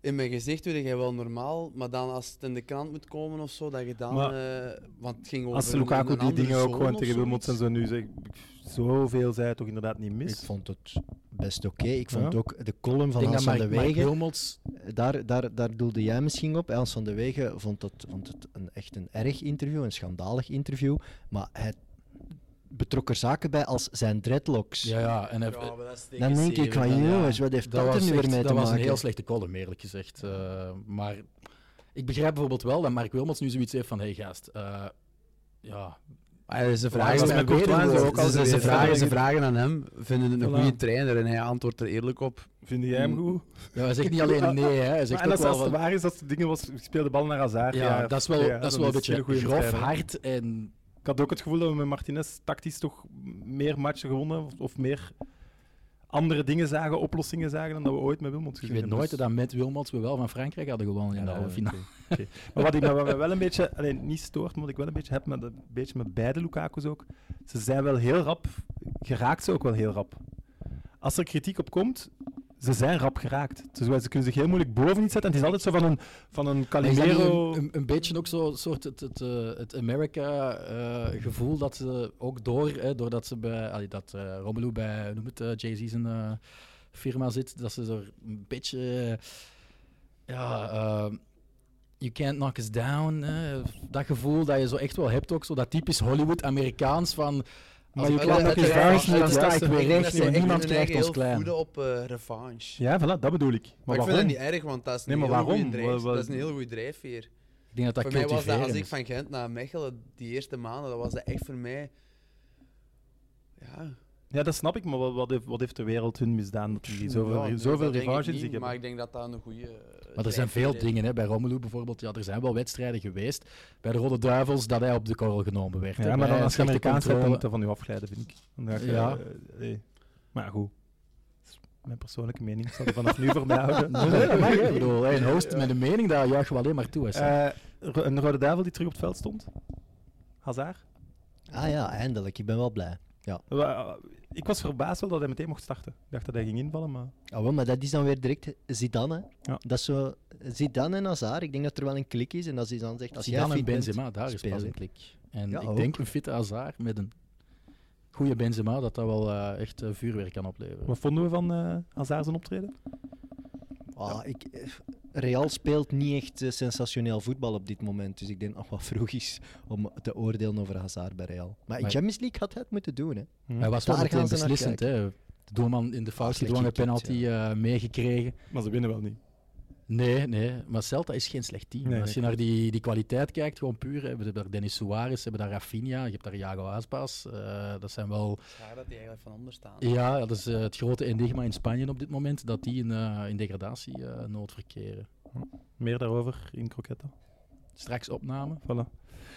Speaker 4: in mijn gezicht doe jij wel normaal, maar dan als het in de krant moet komen of zo, dat je dan,
Speaker 2: Maar
Speaker 4: eh, want het ging over
Speaker 2: Als
Speaker 4: een-
Speaker 2: Lukaku
Speaker 4: een
Speaker 2: die
Speaker 4: andere
Speaker 2: dingen ook
Speaker 4: zoon
Speaker 2: gewoon
Speaker 4: of
Speaker 2: tegen Wilmots
Speaker 4: zoiets.
Speaker 2: en zo nu zegt, pff, zoveel zei hij toch inderdaad niet
Speaker 3: Ik
Speaker 2: mis.
Speaker 3: vond het best oké. Ik vond
Speaker 2: Ja.
Speaker 3: ook de column
Speaker 5: ik
Speaker 3: van
Speaker 5: denk
Speaker 3: Hans
Speaker 5: dat
Speaker 3: van
Speaker 5: Mark,
Speaker 3: de
Speaker 5: Mark
Speaker 3: Wegen
Speaker 5: Wilmots
Speaker 3: Daar, daar, daar doelde jij misschien op. Hans van de Wegen vond het, vond het een, echt een erg interview, een schandalig interview. Maar hij betrokken zaken bij als zijn dreadlocks.
Speaker 5: Ja, ja. En hij-
Speaker 4: Ja, maar dat is tegen
Speaker 3: Dan denk ik
Speaker 4: zeven,
Speaker 3: van,
Speaker 4: dan, ja.
Speaker 3: jongens, wat heeft dat, er
Speaker 5: was
Speaker 3: nu weer
Speaker 5: echt-
Speaker 3: mee te
Speaker 5: Dat was een
Speaker 3: maken?
Speaker 5: heel slechte column, eerlijk gezegd. Eh, maar ik begrijp bijvoorbeeld wel dat Mark Wilmots nu zoiets heeft van... Hé, hey, gast, eh, ja,
Speaker 4: Maar ja, ze
Speaker 5: Ja,
Speaker 4: vragen, met
Speaker 5: maar Kurt
Speaker 4: Courtois
Speaker 5: Waans
Speaker 4: zo
Speaker 5: ook
Speaker 4: ook
Speaker 5: al
Speaker 4: ze, ze
Speaker 5: geweest,
Speaker 4: vragen,
Speaker 2: hè.
Speaker 4: ze vragen aan hem, vinden het een
Speaker 2: Voilà.
Speaker 4: goede trainer en hij antwoordt er eerlijk op.
Speaker 2: Vind jij hem goed?
Speaker 5: Ja, hij zegt niet alleen nee, hè. hij zegt
Speaker 2: Maar en
Speaker 5: ook
Speaker 2: als,
Speaker 5: wel...
Speaker 2: als het
Speaker 5: van-
Speaker 2: waar is, dat het dingen was, ik speel de bal naar Hazard.
Speaker 5: ja,
Speaker 2: Ja,
Speaker 5: dat is wel,
Speaker 2: ja,
Speaker 5: dat
Speaker 2: dan
Speaker 5: is wel
Speaker 2: het
Speaker 5: een beetje
Speaker 2: hele goede
Speaker 5: grof,
Speaker 2: wedstrijden.
Speaker 5: hard en...
Speaker 2: Ik had ook het gevoel dat we met Martinez tactisch toch meer matchen gewonnen of, of meer andere dingen zagen, oplossingen zagen dan dat we ooit met Wilmot
Speaker 5: Ik
Speaker 2: gezien
Speaker 5: weet
Speaker 2: hebben.
Speaker 5: nooit
Speaker 2: Dus-
Speaker 5: dat met Wilmots we wel van Frankrijk hadden gewonnen in de
Speaker 2: Ja,
Speaker 5: halve
Speaker 2: oké,
Speaker 5: finale.
Speaker 2: <laughs> oké. Maar wat ik me wat mij wel een beetje, alleen niet stoort, maar wat ik wel een beetje heb met, een beetje met beide Lukaku's ook, ze zijn wel heel rap, geraakt ze ook wel heel rap. Als er kritiek op komt, ze zijn rap geraakt. Dus wij- ze kunnen zich heel moeilijk boven iets zetten. En het is altijd zo van een, van een
Speaker 5: Is dat niet
Speaker 2: Calimero...
Speaker 5: een, een, een beetje ook zo'n soort het, het, eh, het America-gevoel dat ze ook door, hè, doordat ze bij, allee, dat eh, Romelu bij, hoe noem het, eh, Jay-Z zijn eh, firma zit, dat ze er een beetje, eh, ja, eh, you can't knock us down, hè. dat gevoel dat je zo echt wel hebt ook, zo dat typisch Hollywood-Amerikaans van,
Speaker 4: Als
Speaker 5: maar je
Speaker 4: ik-
Speaker 5: kan
Speaker 4: eh,
Speaker 5: nog
Speaker 4: het
Speaker 5: eens
Speaker 4: is-
Speaker 5: daar,
Speaker 4: het
Speaker 5: dan
Speaker 4: is-
Speaker 5: sta
Speaker 4: het
Speaker 5: ik
Speaker 4: is-
Speaker 5: weer
Speaker 4: ik denk
Speaker 5: rechts
Speaker 4: dat ze
Speaker 5: en
Speaker 4: echt
Speaker 5: niemand
Speaker 4: hun
Speaker 5: krijgt
Speaker 4: eigen
Speaker 5: ons
Speaker 4: heel
Speaker 5: klein.
Speaker 4: voeden op eh, revanche.
Speaker 2: Ja, voilà, dat bedoel ik. Maar,
Speaker 4: Maar, ik
Speaker 2: waarom?
Speaker 4: vind dat niet erg, want dat is een
Speaker 2: Nee, maar
Speaker 4: heel goede
Speaker 2: waarom? Wel-
Speaker 4: drijf.
Speaker 2: wel-
Speaker 4: Dat is een heel goede drijfveer.
Speaker 5: Ik denk dat dat
Speaker 4: voor mij was dat,
Speaker 5: cultiveren
Speaker 4: als ik
Speaker 5: is.
Speaker 4: van Gent naar Mechelen, die eerste maanden, dat was dat echt voor mij... Ja,
Speaker 2: Ja, dat snap ik, maar wat, wat, heeft, wat heeft de wereld hun misdaan? Dat die zoveel,
Speaker 4: ja, nee,
Speaker 2: zoveel
Speaker 4: dat denk ik
Speaker 2: revanche in
Speaker 4: niet,
Speaker 2: zich hebben.
Speaker 4: Maar ik denk dat dat een goede... eh,
Speaker 5: Maar er zijn
Speaker 4: drijfveer
Speaker 5: veel
Speaker 4: is.
Speaker 5: dingen, hè. bij Romelu bijvoorbeeld. Ja, er zijn wel wedstrijden geweest bij de Rode Duivels dat hij op de korrel genomen werd. hè.
Speaker 2: Ja, maar
Speaker 5: Bij
Speaker 2: dan als je
Speaker 5: slechte
Speaker 2: Amerikaans hebt, dan
Speaker 5: controle.
Speaker 2: moet dat van je afglijden, vind ik. Dan dacht je,
Speaker 5: Ja.
Speaker 2: eh, nee. Maar ja, goed. Dat is Mijn persoonlijke mening Ik zal die vanaf nu <laughs> voor mij houden.
Speaker 5: Nee, nee, dat mag, hè. Ik bedoel, hè, een host met een mening, daar juichen we alleen maar toe. hè, Sam.
Speaker 2: Eh, ro- een rode duivel die terug op het veld stond. Hazard.
Speaker 3: Ah ja, eindelijk. Ik ben wel blij.
Speaker 2: Wa- eh, Ik was verbaasd wel dat hij meteen mocht starten. Ik dacht dat hij ging invallen, maar...
Speaker 3: Ah, wel, maar dat is dan weer direct Zidane. hè.
Speaker 2: Ja.
Speaker 3: Dat is zo Zidane en Hazard. Ik denk dat er wel een klik is. En als Zidane zegt, als
Speaker 5: Zidane
Speaker 3: jij
Speaker 5: en
Speaker 3: fit bent-
Speaker 5: Benzema, daar is pas
Speaker 3: spelen.
Speaker 5: een klik. En
Speaker 3: Ja,
Speaker 5: ik
Speaker 3: ook.
Speaker 5: denk een fitte Hazard met een goede Benzema, dat dat wel eh, echt eh, vuurwerk kan opleveren.
Speaker 2: Wat vonden we van eh Hazard zijn optreden?
Speaker 3: Ah, ik, eh, Real speelt niet echt eh, sensationeel voetbal op dit moment. Dus ik denk dat wat vroeg is om te oordelen over Hazard bij Real. Maar in
Speaker 5: Maar-
Speaker 3: Champions League had hij het moeten doen. Hè.
Speaker 5: Hij was wel
Speaker 3: Daar
Speaker 5: meteen
Speaker 3: gaan ze naar
Speaker 5: beslissend. Hè. De doelman in de fout
Speaker 3: Slecht
Speaker 5: gedwongen,
Speaker 3: gekipt,
Speaker 5: penalty eh, meegekregen.
Speaker 2: Maar ze winnen wel niet.
Speaker 5: Nee, nee, maar Celta is geen slecht team.
Speaker 2: Nee,
Speaker 5: Als
Speaker 2: nee,
Speaker 5: je naar die, die kwaliteit kijkt, gewoon puur. hè, We hebben daar Dennis Suarez, we hebben daar Rafinha, je hebt daar Jago Aspas. eh, dat zijn wel.
Speaker 4: Raar dat die eigenlijk van anders staan.
Speaker 5: Ja, dat is eh, het grote enigma in Spanje op dit moment, dat die in, eh in degradatienood verkeren.
Speaker 2: Meer daarover in Croquetta.
Speaker 5: Straks opname.
Speaker 2: Voilà.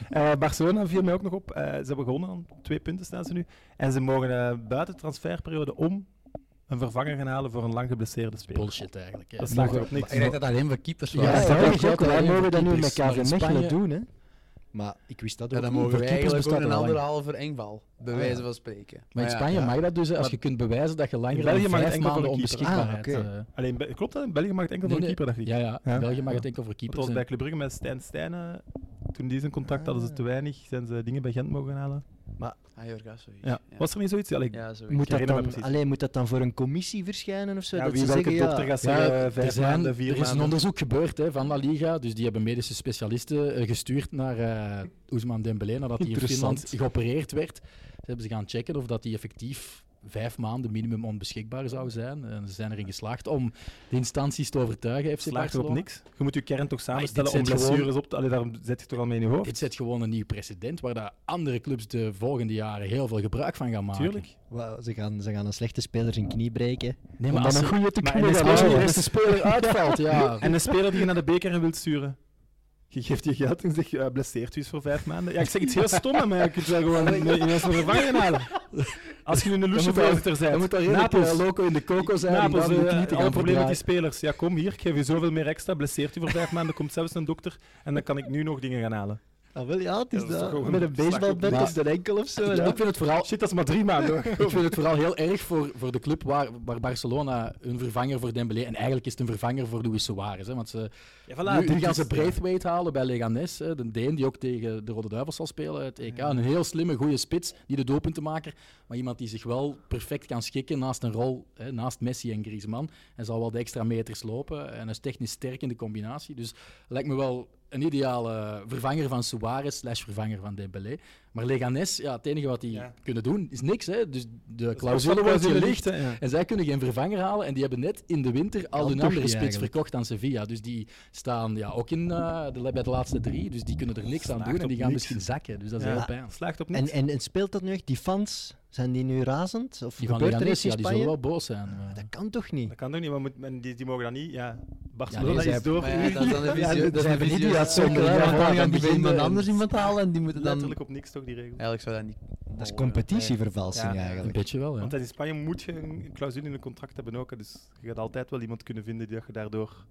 Speaker 2: Eh, Barcelona viel mij ook nog op. Eh, ze hebben gewonnen, aan twee punten staan ze nu. En ze mogen eh, buiten de transferperiode om een vervanger gaan halen voor een lang geblesseerde speler.
Speaker 5: Bullshit eigenlijk. Hè.
Speaker 2: Dat slaat er op niks.
Speaker 4: Ik denk dat dat alleen voor keepers
Speaker 5: Ja,
Speaker 4: was.
Speaker 5: dat
Speaker 3: dat denk
Speaker 5: denk ik ook
Speaker 3: ook.
Speaker 5: wel.
Speaker 3: Wij
Speaker 5: Alleen
Speaker 3: mogen
Speaker 5: voor
Speaker 3: dat nu met
Speaker 5: keepers. Maar in
Speaker 3: KV Mechelen
Speaker 5: Spanje-
Speaker 3: doen. Hè. Maar ik wist dat ook
Speaker 4: Ja, dan
Speaker 3: niet.
Speaker 4: mogen we
Speaker 5: keepers
Speaker 4: eigenlijk
Speaker 5: bestaat
Speaker 4: ook
Speaker 5: dat
Speaker 4: een
Speaker 5: al lang.
Speaker 4: anderhalve engval, bij
Speaker 3: Ah, ja.
Speaker 4: wijze van spreken.
Speaker 5: Maar in
Speaker 4: ja,
Speaker 5: Spanje
Speaker 4: ja.
Speaker 5: mag dat dus, hè, als
Speaker 2: Maar-
Speaker 5: je kunt bewijzen dat je langer
Speaker 2: België
Speaker 5: dan
Speaker 2: mag het
Speaker 5: vijf
Speaker 2: enkel voor
Speaker 5: maanden
Speaker 2: de keeper.
Speaker 5: onbeschikbaarheid...
Speaker 3: Ah,
Speaker 5: eh
Speaker 3: oké.
Speaker 2: Alleen, Be- klopt dat? In België mag het enkel
Speaker 5: nee,
Speaker 2: voor
Speaker 5: nee.
Speaker 2: een keeper, dacht ik.
Speaker 5: Ja, ja.
Speaker 2: Ja.
Speaker 5: België mag het enkel voor
Speaker 2: Het
Speaker 5: keepers.
Speaker 2: was
Speaker 5: hè.
Speaker 2: bij Club Brugge met Stijn Stijnen. Toen die zijn contact hadden
Speaker 5: Ah.
Speaker 2: ze te weinig, zijn ze dingen bij Gent mogen halen.
Speaker 4: Ah, Jorga, sorry.
Speaker 2: Ja. Was er niet zoiets? Ja, ik-
Speaker 4: Ja, zoiets.
Speaker 3: Moet dat,
Speaker 2: herinner me
Speaker 3: dan,
Speaker 2: precies.
Speaker 3: allee, moet dat dan voor een commissie verschijnen of zo?
Speaker 2: Ja,
Speaker 3: dat
Speaker 2: wie
Speaker 3: ze
Speaker 2: welke
Speaker 3: zeggen, ja,
Speaker 2: dokter gaat
Speaker 5: Ja,
Speaker 2: zeggen, eh,
Speaker 5: er,
Speaker 2: vijf
Speaker 5: zijn,
Speaker 2: maanden, vier
Speaker 5: er is een
Speaker 2: maanden.
Speaker 5: onderzoek gebeurd hè, van La Liga. Dus die hebben medische specialisten eh, gestuurd naar eh Ousmane Dembélé nadat hij in
Speaker 2: Interessant.
Speaker 5: Finland geopereerd werd. Ze hebben ze gaan checken of dat hij effectief vijf maanden minimum onbeschikbaar zou zijn. En ze zijn erin geslaagd om de instanties te overtuigen. FC
Speaker 2: Slaagt er op
Speaker 5: Barcelona. Ah,
Speaker 2: niks. Je moet je kern toch samenstellen
Speaker 5: dit
Speaker 2: om
Speaker 5: zet
Speaker 2: blessures op te... Allee, daarom zet je toch al mee in je hoofd?
Speaker 5: Dit zet gewoon een nieuw precedent waar dat andere clubs de volgende jaren heel veel gebruik van gaan maken.
Speaker 2: Tuurlijk.
Speaker 3: wauw, ze, gaan, ze gaan een slechte speler zijn knie breken.
Speaker 5: Nee,
Speaker 3: om dan
Speaker 5: maar als
Speaker 3: een goede te
Speaker 2: maar
Speaker 3: kunnen
Speaker 2: in de
Speaker 3: halen.
Speaker 5: als
Speaker 2: speler-
Speaker 5: de beste speler uitvalt,
Speaker 2: <laughs>
Speaker 5: ja.
Speaker 2: En een speler die je naar de beker wilt sturen. Je geeft je geld en zeg je eh, blesseert u eens voor vijf maanden. Ja, ik zeg iets heel stom, maar je kunt wel gewoon in in een vervanger halen. Als je nu een
Speaker 5: moet
Speaker 2: loesje
Speaker 5: daar-
Speaker 2: voorzitter
Speaker 5: Dan moet
Speaker 2: bent.
Speaker 5: daar redelijk
Speaker 2: Napels.
Speaker 5: eh, loco in de coco zijn. om
Speaker 2: Napels,
Speaker 5: dan de
Speaker 2: eh,
Speaker 5: knie te
Speaker 2: alle
Speaker 5: gaan
Speaker 2: problemen met die
Speaker 5: verdraaien.
Speaker 2: spelers. Ja, kom hier, ik geef je zoveel meer extra, blesseert u voor vijf maanden, komt zelfs een dokter en dan kan ik nu nog dingen gaan halen.
Speaker 3: Ah, wel, ja, het is
Speaker 2: Ja, dat is
Speaker 3: dat.
Speaker 2: toch gewoon
Speaker 3: Met een
Speaker 2: een slag op
Speaker 3: baseballbed
Speaker 5: de-
Speaker 3: op de enkel of zo. <laughs>
Speaker 5: Ik
Speaker 3: ja.
Speaker 5: ik vind het vooral
Speaker 2: Shit, dat is maar drie maanden. hoor.
Speaker 5: <laughs> Ik vind het vooral heel erg voor, voor de club waar, waar Barcelona een vervanger voor Dembélé... En eigenlijk is het een vervanger voor Luis Suarez. Hè, want ze,
Speaker 2: Ja,
Speaker 5: nu, nu
Speaker 2: dit
Speaker 5: gaan
Speaker 2: is-
Speaker 5: ze Braithwaite halen bij Leganes. Hè, de Deen die ook tegen de Rode Duivels zal spelen. Het EK. Een heel slimme, goede spits. Niet de doelpuntenmaker. Maar iemand die zich wel perfect kan schikken naast een rol. Hè, naast Messi en Griezmann. Hij zal wel de extra meters lopen. En hij is technisch sterk in de combinatie. Dus lijkt me wel... een ideale vervanger van Suarez slash vervanger van Dembélé. Maar Leganes, ja, het enige wat die
Speaker 4: Ja.
Speaker 5: kunnen doen, is niks. Hè? Dus de clausule wordt gelicht. En zij kunnen geen vervanger halen. En die hebben net in de winter al
Speaker 3: Kan
Speaker 5: hun
Speaker 3: toch
Speaker 5: andere
Speaker 3: niet
Speaker 5: spits
Speaker 3: eigenlijk.
Speaker 5: verkocht aan Sevilla. Dus die staan ja, ook in, eh, de, bij de laatste drie. Dus die kunnen er niks aan
Speaker 2: Slaagt
Speaker 5: doen. En
Speaker 2: op
Speaker 5: die gaan
Speaker 2: niks.
Speaker 5: misschien zakken. Dus dat is
Speaker 2: Ja.
Speaker 5: heel pijn.
Speaker 2: Slaagt op
Speaker 3: En,
Speaker 2: niks.
Speaker 3: en, en speelt dat nu echt? Die fans, zijn die nu razend? Of
Speaker 5: Die van
Speaker 3: gebeurt er
Speaker 5: Leganes,
Speaker 3: iets in
Speaker 5: ja, die
Speaker 3: Spanje?
Speaker 5: zullen wel boos zijn. eh. maar-
Speaker 3: Dat kan toch niet?
Speaker 2: Dat kan toch niet, maar moet, men- die, die mogen dat niet. Ja,
Speaker 5: Ja,
Speaker 2: Barcelona
Speaker 5: nee, zij-
Speaker 2: is door.
Speaker 4: Maar
Speaker 2: <laughs>
Speaker 4: ja, dat is dan een
Speaker 3: Ja,
Speaker 4: visio- dat is een
Speaker 3: zijn
Speaker 4: visio-
Speaker 3: die uitzondering,
Speaker 2: Ja,
Speaker 3: hè, want
Speaker 2: ja,
Speaker 3: dan
Speaker 2: dan
Speaker 3: gaan die bij
Speaker 2: beginnen
Speaker 5: eh,
Speaker 3: iemand
Speaker 2: en-
Speaker 3: anders iemand halen en die
Speaker 4: <laughs>
Speaker 3: moeten dan...
Speaker 2: Letterlijk op niks toch, die regel.
Speaker 4: Eigenlijk zou dat niet. Oh,
Speaker 3: Dat is
Speaker 4: mogen.
Speaker 3: competitievervalsing
Speaker 4: Ja, ja.
Speaker 5: Een
Speaker 3: eigenlijk.
Speaker 5: beetje wel, ja.
Speaker 2: Want dat in Spanje moet je een clausule in een contract hebben ook. hè, Dus je gaat altijd wel iemand kunnen vinden die dat je daardoor...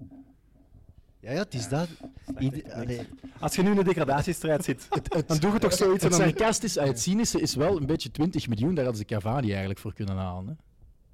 Speaker 3: Ja, ja, het is dat.
Speaker 2: slaagt
Speaker 3: Ieder-
Speaker 2: echt op niks.
Speaker 3: allee,
Speaker 2: Als je nu in de degradatiestrijd zit, dan doe je toch zoiets en
Speaker 5: Het
Speaker 2: dan...
Speaker 5: sarcastische, het cynische is wel een beetje 20 miljoen. Daar hadden ze Cavani eigenlijk voor kunnen halen. Hè.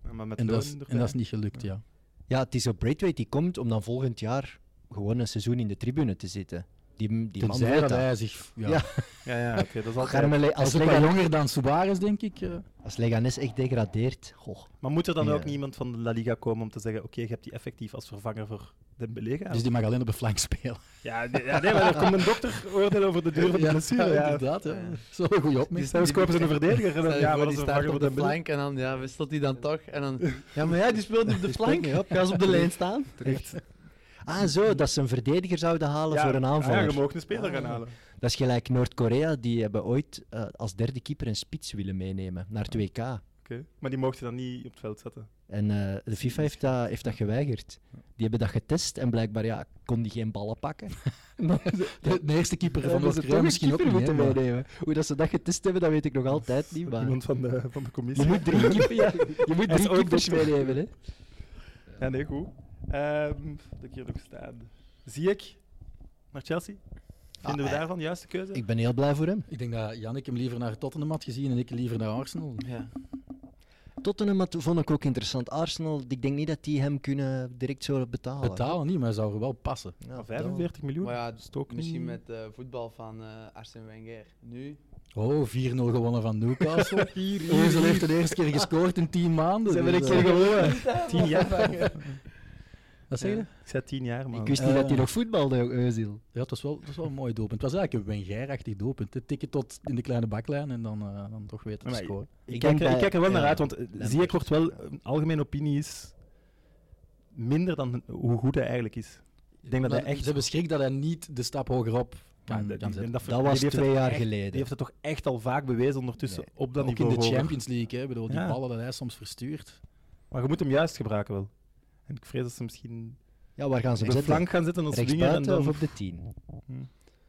Speaker 2: Ja, maar met
Speaker 5: En, dat is,
Speaker 2: loon
Speaker 5: en dat is
Speaker 2: erbij.
Speaker 5: niet gelukt, ja.
Speaker 3: ja, het is op Braithwaite die komt om dan volgend jaar gewoon een seizoen in de tribune te zitten. Die, die man
Speaker 5: Tenzij
Speaker 3: weet
Speaker 5: dat
Speaker 3: dat.
Speaker 5: hij zich... Ja.
Speaker 3: Ja.
Speaker 2: Ja, ja, oké, dat is altijd...
Speaker 3: Garmele-
Speaker 5: Als
Speaker 3: als,
Speaker 5: ook wel
Speaker 3: Legan,
Speaker 5: jonger dan Suarez, denk ik. eh.
Speaker 3: als Leganes echt degradeert, goh.
Speaker 2: Maar moet er dan
Speaker 3: Ja.
Speaker 2: ook niemand van de La Liga komen om te zeggen: oké, je hebt die effectief als vervanger voor Dembélé gehaald?
Speaker 5: Dus die mag alleen op de flank spelen.
Speaker 2: ja, nee, ja, nee, maar er komt een dokter oordeel over de duur van de blessure. Ja,
Speaker 5: inderdaad. Ja. Dus Dat is wel een goede
Speaker 2: Die
Speaker 5: opmerking.
Speaker 2: zelfs kopen ze een verdediger. en
Speaker 4: Stel
Speaker 2: dan,
Speaker 4: je
Speaker 2: Ja, maar
Speaker 4: voor,
Speaker 2: dat is
Speaker 4: die
Speaker 2: een
Speaker 4: start
Speaker 2: vervanger voor
Speaker 4: op de
Speaker 2: Dembélé.
Speaker 4: flank en dan ja, wisselt hij dan toch. En dan,
Speaker 3: Ja, maar ja, die speelt
Speaker 4: op de <laughs>
Speaker 3: flank. Op, ga eens op <laughs> de lijn staan.
Speaker 2: Echt.
Speaker 3: Ah, zo, dat ze een verdediger zouden halen voor een
Speaker 2: Ja,
Speaker 3: aanvaller.
Speaker 2: je mag een speler gaan
Speaker 3: Ah.
Speaker 2: halen.
Speaker 3: Dat is gelijk Noord-Korea, die hebben ooit eh, als derde keeper een spits willen meenemen naar 2K.
Speaker 2: Oké, Maar die mochten dan niet op het veld zetten.
Speaker 3: En eh, de FIFA heeft dat, heeft dat geweigerd. Die hebben dat getest en blijkbaar ja, kon die geen ballen pakken. <laughs>
Speaker 5: de, de eerste keeper van
Speaker 3: Hebben ze
Speaker 5: Noord-Korea
Speaker 3: een
Speaker 5: misschien ook
Speaker 3: keeper
Speaker 5: niet. hè,
Speaker 3: moeten
Speaker 5: maar-
Speaker 3: meenemen. Hoe dat ze dat getest hebben, dat weet ik nog altijd niet. Maar
Speaker 2: Iemand van de, van de
Speaker 3: je
Speaker 2: commissie.
Speaker 3: moet drie, keeper, ja, je <laughs> moet
Speaker 2: Hij is
Speaker 3: drie
Speaker 2: ook
Speaker 3: keepers
Speaker 2: dokter.
Speaker 3: meenemen. Hè.
Speaker 2: Ja, nee, goed. Ehm dat ik hier nog staan. Zie ik naar Chelsea? Vinden
Speaker 3: Ah,
Speaker 2: we
Speaker 3: eh,
Speaker 2: daarvan de juiste keuze?
Speaker 3: Ik ben heel blij voor hem.
Speaker 5: Ik denk dat Jannik hem liever naar Tottenham had gezien en ik liever naar Arsenal.
Speaker 4: ja.
Speaker 3: Tottenham had- vond ik ook interessant. Arsenal, ik denk niet dat die hem kunnen direct zo betalen.
Speaker 5: Betalen niet, maar hij zou er wel passen.
Speaker 3: Ja,
Speaker 2: Maar
Speaker 3: dat-
Speaker 2: 45 Ah, miljoen?
Speaker 4: Maar ja, dus
Speaker 2: Dat is toch ook
Speaker 3: Mm.
Speaker 4: misschien
Speaker 2: niet-
Speaker 4: met eh, voetbal van eh Arsene Wenger. Nu,
Speaker 5: Oh, 4-0 gewonnen van <laughs> Newcastle. Ezel heeft de eerste keer gescoord in 10 maanden.
Speaker 3: Ze hebben
Speaker 5: dus,
Speaker 3: een
Speaker 5: eh,
Speaker 3: keer gewonnen.
Speaker 2: Tien <laughs> jaar?
Speaker 5: Wat zeg je?
Speaker 2: Ik zei tien jaar, man.
Speaker 3: Ik wist niet dat hij
Speaker 5: Eh.
Speaker 3: nog voetbalde, ook, Özil.
Speaker 5: Ja, het was wel, het was wel een mooi doelpunt. Het was eigenlijk een Wenger-achtig doelpunt. hè. Tikken tot in de kleine baklijn en dan, eh, dan toch weten te
Speaker 2: Maar-
Speaker 5: scoren.
Speaker 2: Ik
Speaker 3: denk
Speaker 2: kijk, er- ik
Speaker 3: bij-
Speaker 2: kijk er wel
Speaker 3: ja,
Speaker 2: naar uit, want eh,
Speaker 3: Lambert.
Speaker 2: Ziyech wordt wel, eh, algemene opinie is minder dan hoe goed hij eigenlijk is. Ik denk dat
Speaker 5: Maar
Speaker 2: hij echt-
Speaker 5: Ze hebben schrik dat hij niet de stap hogerop
Speaker 2: Maar
Speaker 5: kan,
Speaker 2: Ah, dat-
Speaker 5: kan
Speaker 2: die- en
Speaker 5: zetten.
Speaker 3: Dat was
Speaker 2: die heeft
Speaker 3: twee
Speaker 2: het
Speaker 3: jaar
Speaker 2: echt-
Speaker 3: geleden.
Speaker 2: Die heeft het toch echt al vaak bewezen ondertussen op dat
Speaker 5: Ook in
Speaker 2: niveau.
Speaker 5: de
Speaker 2: hoger.
Speaker 5: Champions League, hè. Ik Bedoel, die
Speaker 2: Ja.
Speaker 5: ballen dat hij soms verstuurt.
Speaker 2: Maar je moet hem juist gebruiken wel. En ik vrees dat ze misschien
Speaker 3: Ja, waar gaan ze
Speaker 2: op
Speaker 3: hem
Speaker 2: de
Speaker 3: zetten?
Speaker 2: flank gaan zitten als
Speaker 3: Rechts
Speaker 2: winger. En
Speaker 3: buiten of
Speaker 2: dan,
Speaker 3: op de tien?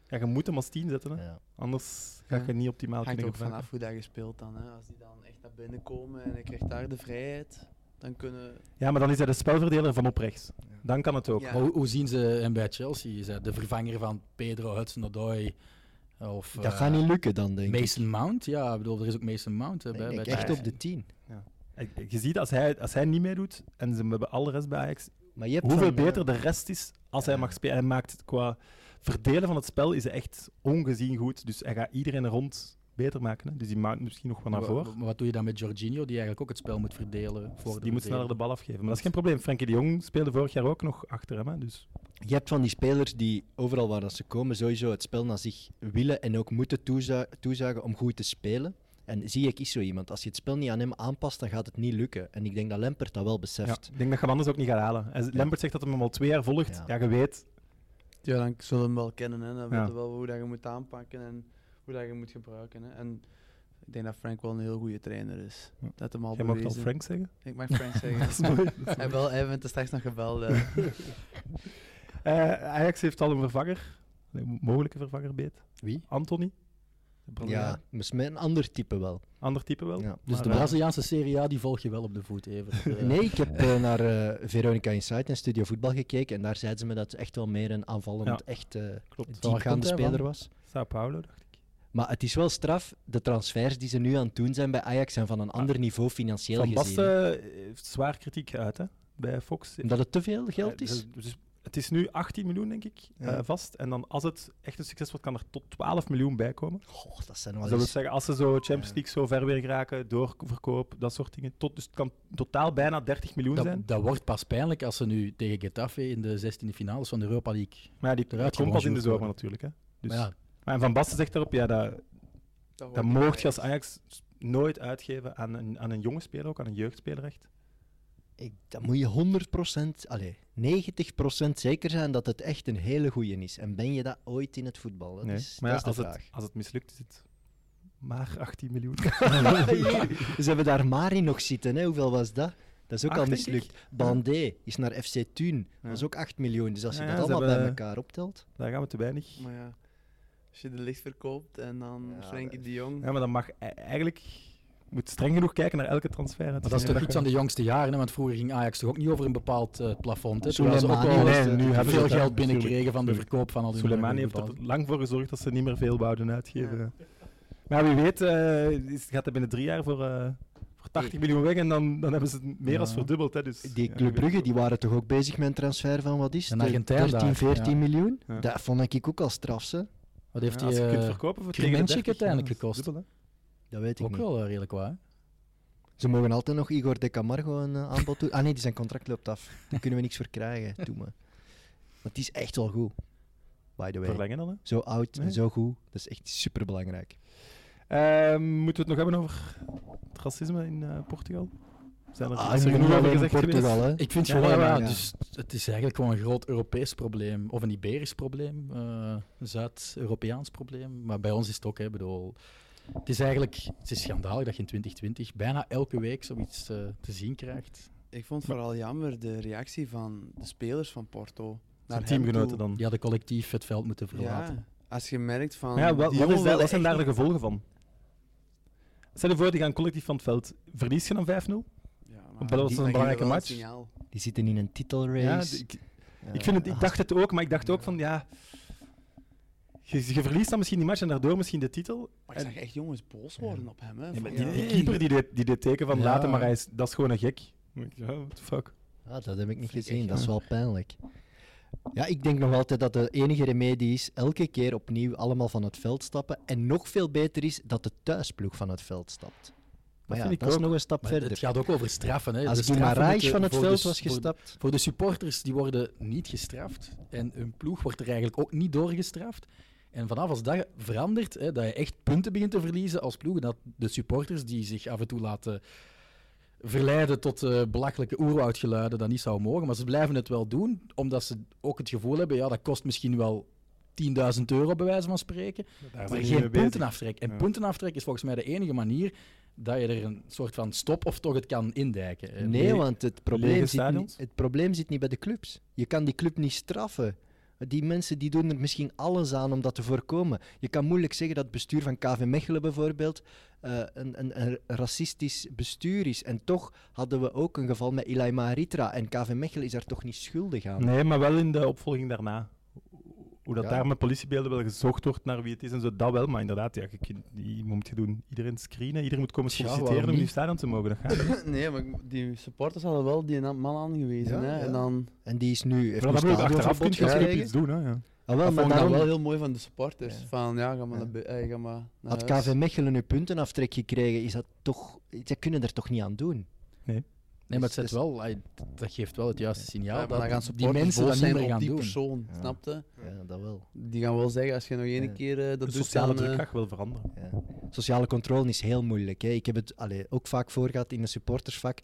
Speaker 2: ja, je moet hem als tien zetten, hè.
Speaker 3: Ja.
Speaker 2: anders ga
Speaker 4: Ja.
Speaker 2: je niet optimaal
Speaker 4: hangt
Speaker 2: kunnen
Speaker 4: ook
Speaker 2: gebruiken.
Speaker 4: vanaf hoe dat je speelt dan. Hè. Als die dan echt naar binnen komen en ik krijg daar de vrijheid, dan kunnen...
Speaker 2: Ja, maar dan is hij de spelverdeler van op rechts. Dan kan het ook.
Speaker 4: Ja.
Speaker 5: Maar hoe, hoe zien ze hem bij Chelsea? Is hij de vervanger van Pedro Hudson-Odoi? Of
Speaker 3: Dat
Speaker 5: eh,
Speaker 3: gaat niet lukken dan, denk ik.
Speaker 5: Mason Mount? Ja, ik bedoel, er is ook Mason Mount hè,
Speaker 3: Ik
Speaker 5: bij,
Speaker 3: denk
Speaker 5: bij
Speaker 3: echt
Speaker 5: Chelsea.
Speaker 3: op de tien.
Speaker 2: Je- Je ziet, als hij, als hij niet meedoet en ze hebben alle rest bij Ajax,
Speaker 3: Maar je hebt
Speaker 2: hoeveel
Speaker 3: van, eh,
Speaker 2: beter de rest is als hij
Speaker 3: ja.
Speaker 2: mag spelen. Hij maakt qua verdelen van het spel is hij echt ongezien goed. Dus hij gaat iedereen rond beter maken. Hè. Dus die maakt misschien nog wel naar
Speaker 5: Maar-
Speaker 2: voren.
Speaker 5: Maar, wat doe je dan met Jorginho, die eigenlijk ook het spel moet verdelen? Voor
Speaker 2: Dus
Speaker 5: de
Speaker 2: die moet sneller de
Speaker 5: verdediging?
Speaker 2: bal afgeven. Maar dat is geen probleem. Frenkie de Jong speelde vorig jaar ook nog achter hem. Hè. Dus
Speaker 3: Je hebt van die spelers die overal waar dat ze komen sowieso het spel naar zich willen en ook moeten toeza- toezagen om goed te spelen. En zie ik is zo iemand. Als je het spel niet aan hem aanpast, dan gaat het niet lukken. En ik denk dat Lampert dat wel
Speaker 2: ja,
Speaker 3: beseft.
Speaker 2: ik denk dat je hem anders ook niet gaat halen. Hij- Lambert zegt dat hij hem al twee jaar volgt.
Speaker 3: Ja.
Speaker 2: Ja, je weet.
Speaker 4: Ja, dan zullen we hem wel kennen. Hè. Dan
Speaker 2: Ja.
Speaker 4: weten we wel hoe dat je moet aanpakken en hoe dat je moet gebruiken. Hè. En ik denk dat Frank wel een heel goede trainer is.
Speaker 2: Ja.
Speaker 4: Dat hem al
Speaker 2: Jij mag
Speaker 4: bewezen.
Speaker 2: al Frank
Speaker 3: <laughs>
Speaker 2: zeggen.
Speaker 4: Ik mag
Speaker 2: <laughs>
Speaker 4: Frank zeggen.
Speaker 2: Dat is mooi. Dat is mooi.
Speaker 4: Hij, wel, hij heeft er straks nog gebeld. hè.
Speaker 2: Eh, Ajax heeft al een vervanger. Een mogelijke vervanger beet.
Speaker 5: Wie?
Speaker 2: Anthony.
Speaker 3: Ja, mis- met een ander type wel.
Speaker 2: Ander type wel.
Speaker 3: Ja.
Speaker 5: Dus
Speaker 2: Maar,
Speaker 5: de
Speaker 2: eh,
Speaker 5: Braziliaanse Serie A die volg je wel op de voet, <laughs> even. Eh,
Speaker 3: Nee, ik heb eh, naar eh, Veronica Insight en Studio Voetbal gekeken. En daar zeiden ze me dat het echt wel meer een aanvallend,
Speaker 2: Ja.
Speaker 3: echt eh,
Speaker 2: Klopt.
Speaker 5: Waar komt
Speaker 3: diepgaande
Speaker 5: hij van?
Speaker 3: speler was.
Speaker 2: Sao Paulo, dacht ik.
Speaker 3: Maar het is wel straf, de transfers die ze nu aan het doen zijn bij Ajax zijn van een ander niveau financieel
Speaker 2: Ah. Van
Speaker 3: gezien. hè.
Speaker 2: Basten heeft zwaar kritiek uit hè, bij Fox.
Speaker 3: Omdat het te veel geld
Speaker 2: Eh,
Speaker 3: is?
Speaker 2: dus- dus het is nu 18 miljoen, denk ik,
Speaker 3: Ja.
Speaker 2: eh, vast. En dan als het echt een succes wordt, kan er tot 12 miljoen bij komen.
Speaker 3: Goh, dat zijn
Speaker 2: Dus
Speaker 3: wel
Speaker 2: dat wil
Speaker 3: eens...
Speaker 2: zeggen, als ze zo Champions
Speaker 3: Ja.
Speaker 2: League zo ver weer geraken, doorverkoop, dat soort dingen. Tot, dus het kan totaal bijna 30 miljoen zijn.
Speaker 5: Dat, dat wordt pas pijnlijk als ze nu tegen Getafe in de 16e finales van de Europa League.
Speaker 2: Maar ja, die
Speaker 5: eruit
Speaker 2: dat komt pas in de
Speaker 5: gerangeerd
Speaker 2: zomer
Speaker 5: worden.
Speaker 2: natuurlijk. Hè. Dus,
Speaker 5: Maar ja,
Speaker 2: Maar Van Basten zegt daarop, ja, dat,
Speaker 4: Dat,
Speaker 2: dat
Speaker 4: hoort niet
Speaker 2: mocht je als
Speaker 4: bij.
Speaker 2: Ajax nooit uitgeven aan een, aan een jonge speler, ook aan een jeugdspeler echt.
Speaker 3: Ik, dan moet je 100%, allee, 90% zeker zijn dat het echt een hele goeie is. En ben je dat ooit in het voetbal? Dat
Speaker 2: Nee.
Speaker 3: is,
Speaker 2: maar
Speaker 3: dat
Speaker 2: ja, als,
Speaker 3: is de
Speaker 2: het,
Speaker 3: vraag.
Speaker 2: als het mislukt, is het maar 18
Speaker 3: <laughs>
Speaker 2: miljoen. <laughs>
Speaker 3: Hier, Ze Dus hebben daar Mari nog zitten, hè? hoeveel was dat? Dat is ook
Speaker 2: Acht,
Speaker 3: al
Speaker 2: denk
Speaker 3: mislukt. Bandé is naar FC Thun, dat is ook 8 miljoen. Dus als je
Speaker 2: Ja,
Speaker 3: dat
Speaker 2: ze
Speaker 3: allemaal bij
Speaker 2: hebben-
Speaker 3: elkaar optelt...
Speaker 2: Daar gaan we te weinig.
Speaker 4: Maar ja, als je de licht verkoopt en dan
Speaker 3: Ja,
Speaker 4: Frenkie
Speaker 3: dat-
Speaker 4: de Jong.
Speaker 2: Ja, maar dan mag e- eigenlijk je moet streng genoeg kijken naar elke transfer.
Speaker 5: maar dat is toch iets aan de jongste jaren, hè? want vroeger ging Ajax toch ook niet over een bepaald eh, plafond. Hè? Terwijl ze ook
Speaker 3: Soleimani
Speaker 5: al
Speaker 3: was
Speaker 2: nee,
Speaker 3: de-
Speaker 2: nu
Speaker 3: de-
Speaker 2: hebben ze
Speaker 5: veel
Speaker 2: dat, hè.
Speaker 5: geld
Speaker 2: Tuurlijk,
Speaker 5: binnenkrijgen van de
Speaker 2: tuurlijk.
Speaker 5: verkoop van al die
Speaker 2: Soleimani heeft er lang voor gezorgd dat ze niet meer veel wouden uitgeven.
Speaker 4: Ja.
Speaker 2: Maar wie weet, eh, is- gaat hij binnen drie jaar voor, eh, voor 80 miljoen weg en dan, dan hebben ze het meer als
Speaker 5: Ja.
Speaker 2: verdubbeld. Hè, dus, ja,
Speaker 3: Die
Speaker 2: wie
Speaker 3: Club
Speaker 2: weet.
Speaker 3: Brugge die waren toch ook bezig met een transfer van wat is
Speaker 5: Een
Speaker 3: het,
Speaker 5: Argentijn
Speaker 3: 13,
Speaker 5: daar,
Speaker 3: 14
Speaker 5: ja.
Speaker 3: miljoen?
Speaker 2: Ja.
Speaker 3: Dat vond ik ook al straf, hè.
Speaker 5: Wat heeft
Speaker 2: Ja,
Speaker 5: hij
Speaker 2: als je
Speaker 5: eh,
Speaker 2: kunt verkopen voor tegen de
Speaker 5: Kremenchik
Speaker 2: 30,
Speaker 5: uiteindelijk
Speaker 2: ja, dat is
Speaker 5: gekost?
Speaker 2: dubbel, hè.
Speaker 3: Dat weet ik
Speaker 5: ook
Speaker 3: niet.
Speaker 5: wel eh, redelijk wat. hè?
Speaker 3: Ze mogen altijd nog Igor de Camargo een eh, aanbod doen. Ah nee, die zijn contract loopt af. Daar kunnen we niks voor krijgen. <laughs> Doe maar. Want die is echt wel goed. By the way.
Speaker 2: Verlengen dan. Hè.
Speaker 3: Zo oud
Speaker 2: Nee.
Speaker 3: en zo goed. Dat is echt superbelangrijk.
Speaker 2: Ehm, moeten we het nog hebben over het racisme in eh, Portugal? Zijn er,
Speaker 3: Ah,
Speaker 2: is
Speaker 3: ze
Speaker 2: er genoeg
Speaker 3: moeten
Speaker 2: over
Speaker 3: wel in
Speaker 2: gezegd
Speaker 3: Portugal,
Speaker 2: geweest?
Speaker 3: hè.
Speaker 5: Ik vind
Speaker 2: Ja,
Speaker 5: gewoon,
Speaker 2: ja,
Speaker 5: ja,
Speaker 3: ja.
Speaker 5: Dus het is eigenlijk gewoon een groot Europees probleem. Of een Iberisch probleem, eh, een Zuid-Europeaans probleem. Maar bij ons is het ook, hè, ik bedoel. Het is eigenlijk het is schandalig dat je in 2020 bijna elke week zoiets eh, te zien krijgt.
Speaker 4: Ik vond vooral jammer de reactie van de spelers van Porto. Naar
Speaker 2: Zijn
Speaker 4: hem
Speaker 2: teamgenoten
Speaker 4: toe.
Speaker 2: dan.
Speaker 5: Die hadden collectief het veld moeten verlaten.
Speaker 4: Ja, als je merkt van.
Speaker 2: Maar ja, wat,
Speaker 4: die
Speaker 2: wat,
Speaker 4: jongen
Speaker 2: is daar,
Speaker 4: wil
Speaker 2: wat zijn
Speaker 4: echt
Speaker 2: daar de gevolgen van? Stel je voor, die gaan collectief van het veld. Verlies je dan 5-0?
Speaker 4: niet- Ja,
Speaker 2: dat was
Speaker 4: die-
Speaker 2: een
Speaker 4: dan geef je
Speaker 2: belangrijke
Speaker 4: wel
Speaker 2: match.
Speaker 4: het signaal.
Speaker 3: Die zitten in een titelrace.
Speaker 2: Ja, d- ik, ik, vind het, ik
Speaker 3: Eh,
Speaker 2: dacht het ook, maar ik dacht ook van ja. Je, je verliest dan misschien die match en daardoor misschien de titel.
Speaker 4: Maar ik zag echt jongens boos worden op hem. Hè,
Speaker 2: Nee, maar
Speaker 4: van,
Speaker 2: die,
Speaker 4: ja.
Speaker 2: die keeper die deed, die deed teken van
Speaker 5: Ja.
Speaker 2: laten, maar hij is, dat is gewoon een gek. Ja, what the fuck.
Speaker 3: Ah, dat heb ik niet
Speaker 4: Vind ik
Speaker 3: gezien.
Speaker 4: echt
Speaker 3: Dat is wel pijnlijk. Ja, ik denk nog altijd dat de enige remedie is elke keer opnieuw allemaal van het veld stappen. En nog veel beter is dat de thuisploeg van het veld stapt. Maar
Speaker 2: vind
Speaker 3: ja,
Speaker 2: ik
Speaker 3: dat is
Speaker 2: ook.
Speaker 3: nog een stap
Speaker 5: Maar
Speaker 3: verder.
Speaker 5: het gaat ook over straffen. Hè. Eh, De
Speaker 3: Als
Speaker 5: straffen
Speaker 3: Guimaraes
Speaker 5: moeten
Speaker 3: van het
Speaker 5: voor de
Speaker 3: veld
Speaker 5: s-
Speaker 3: was
Speaker 5: voor-
Speaker 3: gestapt,
Speaker 5: Voor de supporters, die worden niet gestraft. En hun ploeg wordt er eigenlijk ook niet door gestraft. En vanaf als dat verandert, hè, dat je echt punten begint te verliezen als ploeg, en dat de supporters die zich af en toe laten verleiden tot eh, belachelijke oerwoudgeluiden, dat niet zou mogen. Maar ze blijven het wel doen, omdat ze ook het gevoel hebben, ja, dat kost misschien wel 10.000 euro bij wijze van spreken.
Speaker 2: Daar zijn
Speaker 5: Maar
Speaker 2: ze niet
Speaker 5: geen
Speaker 2: mee bezig.
Speaker 5: puntenaftrek. En
Speaker 2: Ja.
Speaker 5: puntenaftrek is volgens mij de enige manier dat je er een soort van stop of toch het kan indijken. Eh,
Speaker 3: Nee, want het probleem, zit
Speaker 2: stadions?
Speaker 3: niet, het probleem zit niet bij de clubs. Je kan die club niet straffen. Die mensen die doen er misschien alles aan om dat te voorkomen. Je kan moeilijk zeggen dat het bestuur van KV Mechelen bijvoorbeeld eh, een, een, een racistisch bestuur is. En toch hadden we ook een geval met Ilai Maritra. En KV Mechelen is daar toch niet schuldig aan.
Speaker 2: Nee, maar wel in de opvolging daarna. Hoe dat
Speaker 3: Ja.
Speaker 2: daar met politiebeelden wel gezocht wordt naar wie het is en zo, dat wel. Maar inderdaad, ja, je, kunt- die moet je doen. Iedereen screenen, iedereen moet komen
Speaker 5: Tja,
Speaker 2: solliciteren
Speaker 5: waarom
Speaker 2: om in die
Speaker 5: niet?
Speaker 2: stadion te mogen. Dat gaat niet.
Speaker 4: <laughs> nee, maar die supporters hadden wel die na- man aangewezen.
Speaker 3: Ja,
Speaker 4: hè,
Speaker 3: ja. Ah,
Speaker 4: En dan,
Speaker 3: En die is nu. Heeft
Speaker 2: Maar dat
Speaker 3: een
Speaker 2: bedoel ik, achteraf kun
Speaker 3: stadionverbod
Speaker 2: je als club
Speaker 3: gekregen.
Speaker 2: iets doen. Hè, ja.
Speaker 3: Ah, wel,
Speaker 4: dat
Speaker 3: maar
Speaker 4: vond ik dan
Speaker 3: daarom
Speaker 4: wel heel mooi van de supporters.
Speaker 3: Ja.
Speaker 4: Van ja, ga maar,
Speaker 3: Ja.
Speaker 4: naar, bu- eh, ga maar naar
Speaker 3: had
Speaker 4: huis.
Speaker 3: KV Mechelen nu puntenaftrek gekregen, is dat toch. Ze kunnen er toch niet aan doen.
Speaker 5: Nee, maar het
Speaker 3: Dus-
Speaker 5: zet wel, ai, dat geeft wel het juiste
Speaker 4: Ja,
Speaker 5: signaal.
Speaker 4: maar
Speaker 5: dat
Speaker 4: dan gaan
Speaker 5: die
Speaker 4: supporters
Speaker 5: mensen
Speaker 4: boos
Speaker 5: dat niet
Speaker 4: zijn
Speaker 5: meer
Speaker 4: op
Speaker 5: gaan
Speaker 4: die
Speaker 5: doen.
Speaker 4: persoon,
Speaker 3: Ja.
Speaker 4: snapte?
Speaker 3: Ja, dat wel.
Speaker 4: Die gaan wel zeggen, als je nog één
Speaker 3: Ja.
Speaker 4: keer eh,
Speaker 2: De
Speaker 4: dat doet,
Speaker 2: sociale
Speaker 4: dan...
Speaker 2: druk
Speaker 4: eh,
Speaker 2: gaat wel veranderen.
Speaker 3: Ja. Sociale controle is heel moeilijk. Hè. Ik heb het allee, ook vaak voor gehad in een supportersvak.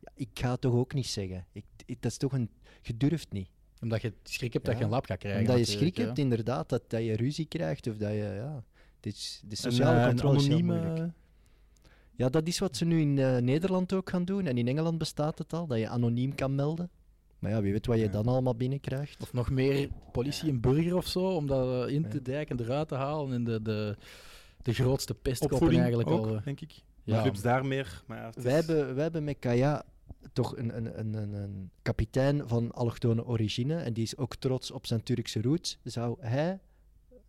Speaker 3: Ja, ik ga het toch ook niet zeggen. Ik, ik- dat is toch een... Je durft niet.
Speaker 5: Omdat je schrik hebt dat
Speaker 3: Ja.
Speaker 5: je een lap gaat krijgen.
Speaker 3: Omdat je
Speaker 5: natuurlijk,
Speaker 3: schrik
Speaker 5: hè.
Speaker 3: hebt inderdaad dat, dat je ruzie krijgt of dat je... Ja, dit is, de
Speaker 2: Een,
Speaker 3: sociale
Speaker 2: eh, een
Speaker 3: controle is heel moeilijk.
Speaker 2: anonieme...
Speaker 3: Ja, dat is wat ze nu in eh, Nederland ook gaan doen. En in Engeland bestaat het al, dat je anoniem kan melden. Maar ja, wie weet wat je
Speaker 2: Ja.
Speaker 3: dan allemaal binnenkrijgt.
Speaker 5: Of nog meer politie en burger of zo, om dat eh, in te dijken en eruit te halen. En de, de, de grootste pestkoppen
Speaker 2: Opvoeding
Speaker 5: eigenlijk
Speaker 2: eigenlijk ook,
Speaker 5: al. eh,
Speaker 2: denk ik. Ja.
Speaker 5: Ja,
Speaker 2: Clubs daar meer. Maar ja, het
Speaker 3: Wij
Speaker 2: is-
Speaker 3: hebben, wij hebben met Kaya toch een, een, een, een, een kapitein van allochtone origine. En die is ook trots op zijn Turkse roots. Zou hij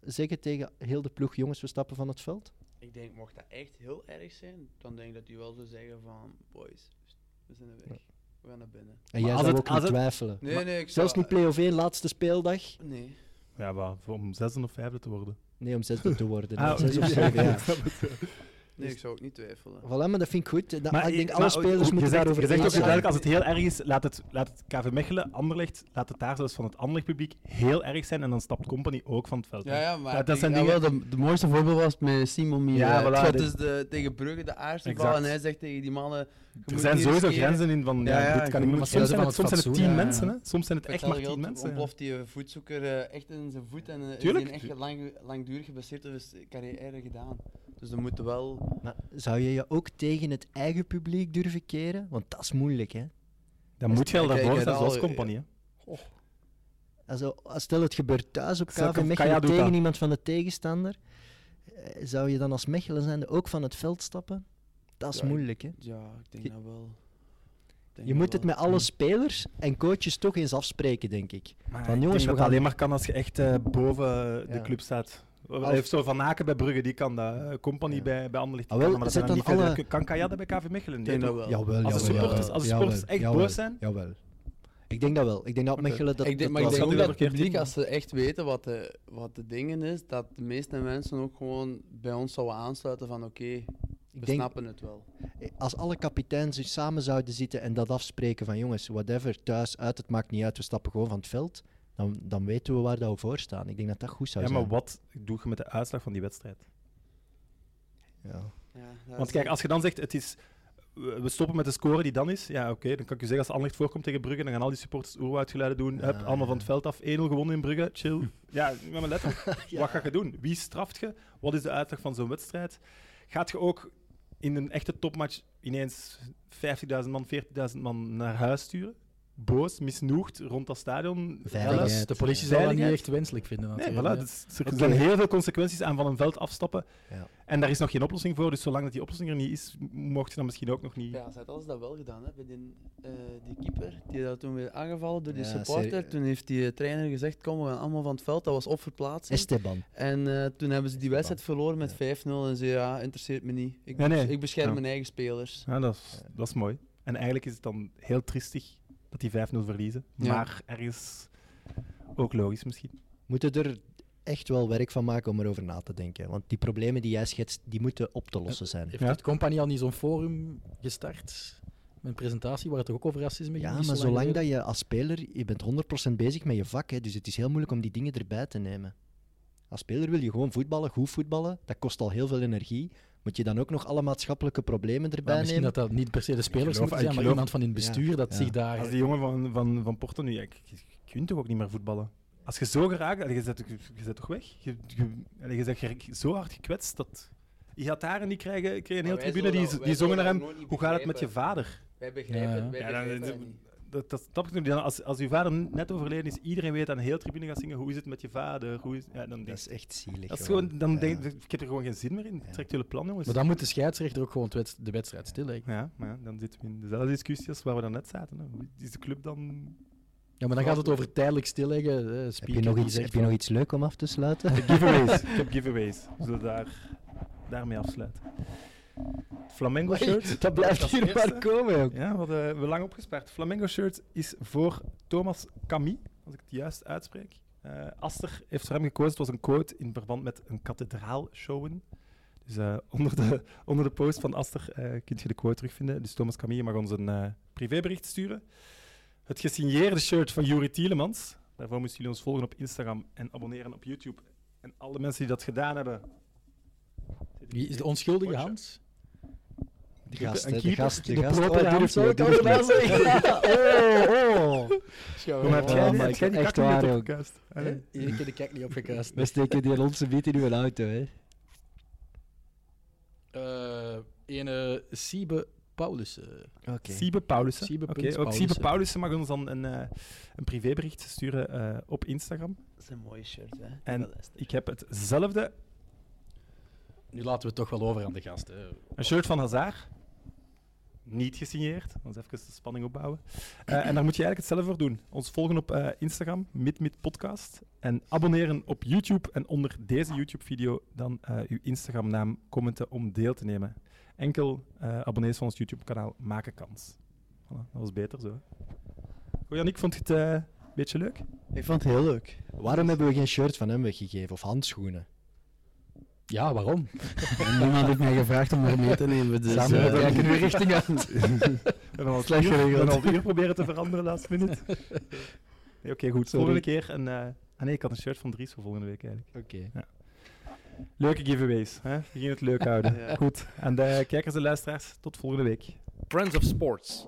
Speaker 3: zeggen tegen heel de ploeg: jongens, we stappen van het veld?
Speaker 4: Ik denk, mocht dat echt heel erg zijn, dan denk ik dat die wel zou zeggen van, boys, we zijn er weg. We gaan naar binnen.
Speaker 3: En jij
Speaker 2: als
Speaker 3: zou
Speaker 2: het-
Speaker 3: ook niet
Speaker 2: als het-
Speaker 3: twijfelen.
Speaker 4: Nee,
Speaker 3: Maar
Speaker 4: nee, ik
Speaker 3: Zelfs
Speaker 4: zou-
Speaker 3: niet play-off 1, laatste speeldag.
Speaker 4: Nee.
Speaker 2: Ja, maar voor om zesde of vijfde te worden.
Speaker 3: Nee, om zesde te
Speaker 2: <laughs>
Speaker 3: worden.
Speaker 2: Ah,
Speaker 3: hè. Zes
Speaker 2: ja,
Speaker 3: of
Speaker 2: <laughs>
Speaker 3: zeven, ja.
Speaker 4: Nee, ik zou ook niet twijfelen.
Speaker 3: Voilà, maar dat vind ik goed. Dat- ik denk, alle
Speaker 2: maar
Speaker 3: spelers
Speaker 2: je
Speaker 3: moeten
Speaker 2: zegt,
Speaker 3: daarover
Speaker 2: je zegt ook
Speaker 3: eens zijn.
Speaker 2: duidelijk, als het heel erg is, laat het, laat het KV Mechelen, Anderlecht, laat het daar zelfs van het Anderlecht publiek heel erg zijn en dan stapt Company ook van het veld.
Speaker 4: Ja, ja, maar
Speaker 2: Dat- dat
Speaker 4: ik
Speaker 2: zijn
Speaker 4: denk
Speaker 2: dingen-
Speaker 4: wel de, de mooiste voorbeeld was met Simon Mier.
Speaker 2: Ja,
Speaker 4: Ja,
Speaker 2: voilà,
Speaker 4: het gaat
Speaker 2: dit-
Speaker 4: dus de, tegen Brugge de aardsval
Speaker 2: Exact.
Speaker 4: en hij zegt tegen die mannen... je
Speaker 2: er
Speaker 4: moet
Speaker 2: zijn
Speaker 4: niet
Speaker 2: sowieso
Speaker 4: riskeren.
Speaker 2: grenzen in van, ja,
Speaker 4: Ja, ja,
Speaker 2: dit kan
Speaker 5: je
Speaker 2: niet meer.
Speaker 5: moet
Speaker 2: Soms
Speaker 5: zelfs
Speaker 2: zijn
Speaker 5: van
Speaker 2: het,
Speaker 5: het
Speaker 2: soms zijn het
Speaker 5: fatsoen,
Speaker 2: tien
Speaker 5: ja, ja.
Speaker 2: mensen, hè. soms zijn het echt
Speaker 4: Vertel
Speaker 2: maar
Speaker 4: geld,
Speaker 2: tien mensen. ja.
Speaker 4: Ontploft die eh, voetzoeker eh, echt in zijn voet en eh, is
Speaker 2: Tuurlijk.
Speaker 4: die echt lang, langdurig geblesseerd of is carrière gedaan. Dus dan moeten wel...
Speaker 3: Maar zou je je ook tegen het eigen publiek durven keren? Want dat is moeilijk, hè?
Speaker 2: Dan moet je al
Speaker 4: Kijk,
Speaker 2: daarvoor
Speaker 4: kijk,
Speaker 2: zijn,
Speaker 4: al-
Speaker 2: zoals Company. hè.
Speaker 3: Also, als stel het gebeurt thuis op
Speaker 2: Stel,
Speaker 3: KV Mechelen
Speaker 2: Kaya doet
Speaker 3: tegen
Speaker 2: dat.
Speaker 3: iemand van de tegenstander, eh, zou je dan als Mechelen zijnde ook van het veld stappen? Dat is
Speaker 4: Ja, ik-
Speaker 3: moeilijk, hè?
Speaker 4: Ja, ik denk
Speaker 3: Je-
Speaker 4: dat wel. Ik denk
Speaker 3: Je
Speaker 4: dat Mm.
Speaker 3: moet het
Speaker 4: wel.
Speaker 3: met alle spelers en coaches toch eens afspreken, denk ik.
Speaker 2: Maar
Speaker 3: Van,
Speaker 2: ik
Speaker 3: jongens,
Speaker 2: denk
Speaker 3: we
Speaker 2: dat
Speaker 3: gaan-
Speaker 2: dat alleen maar kan als je echt eh, boven de
Speaker 3: Ja.
Speaker 2: club staat.
Speaker 3: Als-
Speaker 2: Heeft zo Van Aken bij Brugge, die kan dat. eh, Company
Speaker 3: Ja.
Speaker 2: bij, bij Anderlecht, die
Speaker 3: Ah, wel,
Speaker 2: kan dat,
Speaker 3: zet
Speaker 2: maar dat. zijn
Speaker 3: dan
Speaker 2: niet
Speaker 3: alle-
Speaker 2: verder- Kan Kaya dat bij KV Mechelen?
Speaker 4: Ik
Speaker 2: Nee,
Speaker 4: denk
Speaker 2: toch?
Speaker 4: dat wel.
Speaker 3: Jawel,
Speaker 2: Als de
Speaker 3: jawel,
Speaker 2: supporters-
Speaker 3: jawel,
Speaker 2: als de supporters
Speaker 3: jawel,
Speaker 2: echt
Speaker 3: jawel,
Speaker 2: boos zijn?
Speaker 3: Jawel. Ik denk dat wel. Ik denk dat
Speaker 2: Oké.
Speaker 3: Mechelen dat.
Speaker 4: ik denk,
Speaker 3: dat
Speaker 4: maar
Speaker 3: wel
Speaker 4: ik denk
Speaker 2: zou
Speaker 4: ook
Speaker 2: het
Speaker 3: zou
Speaker 4: dat het
Speaker 2: verkeerd
Speaker 4: publiek,
Speaker 2: doen.
Speaker 4: als ze echt weten wat de, wat de dingen is, dat de meeste mensen ook gewoon bij ons zouden aansluiten van oké, we
Speaker 3: Ik denk-
Speaker 4: snappen het wel.
Speaker 3: Als alle kapiteins dus samen zouden zitten en dat afspreken van jongens, whatever, thuis, uit, het maakt niet uit, we stappen gewoon van het veld, dan, dan weten we waar dat we voor staan. Ik denk dat dat goed zou
Speaker 2: Ja, maar
Speaker 3: zijn.
Speaker 2: wat doe je met de uitslag van die wedstrijd?
Speaker 3: Ja.
Speaker 2: Want kijk, als je dan zegt, het is, we we stoppen met de score die dan is, ja oké, dan kan ik je zeggen, als Anderlecht voorkomt tegen Brugge, dan gaan al die supporters oerwoudgeluiden doen,
Speaker 3: Ja,
Speaker 2: hup, allemaal van
Speaker 3: ja. Hm.
Speaker 2: het veld af, 1-0 gewonnen in Brugge, chill. ja, maar let
Speaker 3: <laughs>
Speaker 2: op, wat ga je doen? Wie straft je? Wat is de uitslag van zo'n wedstrijd? Gaat je ook in een echte topmatch ineens 50.000 man, 40.000 man naar huis sturen? Boos, misnoegd, rond dat stadion.
Speaker 5: Ja, dat is-
Speaker 3: Veiligheid.
Speaker 5: de politie zal dat niet
Speaker 2: Veiligheid.
Speaker 5: echt wenselijk vinden.
Speaker 2: Nee,
Speaker 5: Natuurlijk.
Speaker 2: voilà,
Speaker 5: ja.
Speaker 2: dus er
Speaker 3: Oké.
Speaker 2: zijn heel veel consequenties aan van een veld afstappen.
Speaker 3: Ja.
Speaker 2: En daar is nog geen oplossing voor, dus zolang dat die oplossing er niet is, m- mocht je dan misschien ook nog niet.
Speaker 4: Ja, ze had alles dat wel gedaan hè, bij die, eh, die keeper. Die dat toen weer aangevallen door die
Speaker 3: Ja,
Speaker 4: supporter.
Speaker 3: serie-
Speaker 4: Toen heeft die eh, trainer gezegd: Kom, we gaan allemaal van het veld. Dat was op verplaatsing.
Speaker 3: Esteban.
Speaker 4: En eh, toen hebben ze die wedstrijd verloren met 5-0. En ze Ja, interesseert me niet. Ik,
Speaker 2: Nee, nee.
Speaker 4: ik bescherm
Speaker 2: Ja.
Speaker 4: mijn eigen spelers.
Speaker 2: Ja, dat, is, dat is mooi. En eigenlijk is het dan heel tristig dat die 5-0 verliezen,
Speaker 4: Ja.
Speaker 2: maar ergens ook logisch misschien.
Speaker 3: Moeten er echt wel werk van maken om erover na te denken. Want die problemen die jij schetst, die moeten op te lossen zijn.
Speaker 5: Heeft
Speaker 2: Ja.
Speaker 5: het compagnie al niet zo'n forum gestart? Een presentatie waar het toch ook over racisme ging?
Speaker 3: Ja,
Speaker 5: niet zo
Speaker 3: maar
Speaker 5: lang
Speaker 3: zolang
Speaker 5: geleden?
Speaker 3: dat je als speler, je bent 100% bezig met je vak, hè, dus het is heel moeilijk om die dingen erbij te nemen. Als speler wil je gewoon voetballen, goed voetballen, dat kost al heel veel energie. Moet je dan ook nog alle maatschappelijke problemen
Speaker 5: Maar
Speaker 3: erbij
Speaker 5: misschien
Speaker 3: nemen?
Speaker 5: dat dat niet per se de spelers
Speaker 2: geloof-
Speaker 5: moeten
Speaker 2: ik
Speaker 5: zijn, maar
Speaker 2: geloof-
Speaker 5: iemand van in het bestuur dat
Speaker 3: Ja.
Speaker 5: zich
Speaker 4: Ah,
Speaker 5: daar...
Speaker 2: Als die jongen van, van, van Porto nu, ja, je, je kunt toch ook niet meer voetballen? Als je zo geraakt, allee, je bent, je bent toch weg? Je, je, allee, je bent gere- zo hard gekwetst dat. Je gaat daar en die krijgen, kregen een hele tribune die, die zongen naar hem. Hoe gaat het met je vader?
Speaker 4: Wij
Speaker 5: begrijpen het, Ja. wij
Speaker 2: Ja, dan- begrijpen het niet. Dat, dat snap ik nog niet. Als, als uw vader net overleden is, iedereen weet aan heel tribune gaat zingen, hoe is het met je vader? Hoe is, ja, dan
Speaker 3: Dat
Speaker 2: denk,
Speaker 3: is echt zielig.
Speaker 2: dat is gewoon, dan
Speaker 3: Ja.
Speaker 2: denk, ik heb er gewoon geen zin meer in.
Speaker 3: Ja.
Speaker 2: Trek jullie plan, jongens.
Speaker 5: Maar dan moet de scheidsrechter ook gewoon het wedst- de wedstrijd stilleggen.
Speaker 2: Ja, maar ja, dan zitten we in dezelfde discussie als waar we daarnet zaten. Hè. Hoe- Is de club dan...
Speaker 3: <laughs>
Speaker 5: Ja, maar dan gaat het over tijdelijk stilleggen. hè,
Speaker 3: Heb
Speaker 5: speaker
Speaker 3: je, nog
Speaker 5: die
Speaker 3: iets,
Speaker 5: zegt
Speaker 3: heb je
Speaker 5: van-
Speaker 3: nog iets leuk om af te
Speaker 2: <laughs>
Speaker 3: sluiten?
Speaker 2: Ik heb giveaways. ik heb giveaways. We zullen daar, daarmee afsluiten. Flamengo shirt.
Speaker 3: dat blijft
Speaker 2: Als
Speaker 3: hier
Speaker 2: eerste.
Speaker 3: maar komen. ook.
Speaker 2: Ja, we hadden we lang opgespaard. Flamingo shirt is voor Thomas Camille, als ik het juist uitspreek. Eh, Aster heeft voor hem gekozen. Het was een quote in verband met een kathedraal showen. Dus eh, <laughs> onder, de, onder de post van Aster eh kun je de quote terugvinden. Dus Thomas Camille mag ons een eh, privébericht sturen. Het gesigneerde shirt van Juri Tielemans. Daarvoor moesten jullie ons volgen op Instagram en abonneren op YouTube. En alle mensen die dat gedaan hebben.
Speaker 5: Wie is de onschuldige
Speaker 2: Potje.
Speaker 5: Hans?
Speaker 3: De
Speaker 2: keeper-
Speaker 3: gast,
Speaker 2: een
Speaker 3: hè, de
Speaker 2: keeper,
Speaker 3: gast, de
Speaker 2: de
Speaker 3: gast.
Speaker 2: plotter
Speaker 3: Oh, hij
Speaker 2: aan
Speaker 3: durft
Speaker 2: zou
Speaker 3: niet,
Speaker 2: ik
Speaker 3: hij durft
Speaker 2: allemaal <laughs>
Speaker 3: niet. Oh, oh.
Speaker 2: Kom, heb jij,
Speaker 3: Oh,
Speaker 2: heb
Speaker 3: Mike,
Speaker 2: jij die
Speaker 3: echt
Speaker 2: kakkel niet
Speaker 3: waar,
Speaker 2: op
Speaker 3: ook.
Speaker 2: gekast? Allee.
Speaker 5: Eén keer de kijk niet opgekast.
Speaker 3: We steken die onze biet in uw auto, hè.
Speaker 5: Eh ene Siebe Paulussen.
Speaker 3: Oké.
Speaker 2: Siebe Paulussen.
Speaker 5: Siebe
Speaker 2: Oké,
Speaker 5: punt
Speaker 2: ook Siebe
Speaker 5: Paulussen.
Speaker 2: Paulussen mag ons dan een, eh, een privébericht sturen eh, op Instagram.
Speaker 4: Dat is een mooie shirt, hè?
Speaker 2: En
Speaker 4: Dat is-
Speaker 2: Ik heb hetzelfde.
Speaker 5: Nu laten we het toch wel over aan de gast. Hè.
Speaker 2: Een shirt van Hazard. Niet gesigneerd. Ons even de spanning opbouwen. Eh, en daar moet je eigenlijk hetzelfde voor doen. Ons volgen op eh, Instagram, MidMidPodcast. En abonneren op YouTube. En onder deze YouTube-video dan eh, uw Instagram-naam commenten om deel te nemen. Enkel eh, abonnees van ons YouTube-kanaal maken kans. Voilà, dat was beter zo. Goed, Janik, vond je het eh, een beetje leuk?
Speaker 3: Ik vond het heel leuk. Waarom hebben we geen shirt van hem weggegeven of handschoenen?
Speaker 5: Ja, waarom?
Speaker 1: Niemand heeft mij gevraagd om er mee te nemen. Dus,
Speaker 2: Samen
Speaker 1: eh,
Speaker 2: met elkaar.
Speaker 1: nu richting uit.
Speaker 2: We hebben al
Speaker 1: Slecht
Speaker 2: een uur- we
Speaker 1: geregeld.
Speaker 2: hebben al een uur proberen te veranderen last minute. <laughs> Nee, Oké, goed.
Speaker 1: Sorry.
Speaker 2: Volgende keer een... eh, Ah nee, ik had een shirt van Dries voor volgende week eigenlijk.
Speaker 3: Oké.
Speaker 2: Leuke giveaways. Hè? Begin het leuk houden. eh,
Speaker 4: Ja.
Speaker 2: Goed. En de kijkers en luisteraars, tot volgende week.
Speaker 6: Friends of Sports.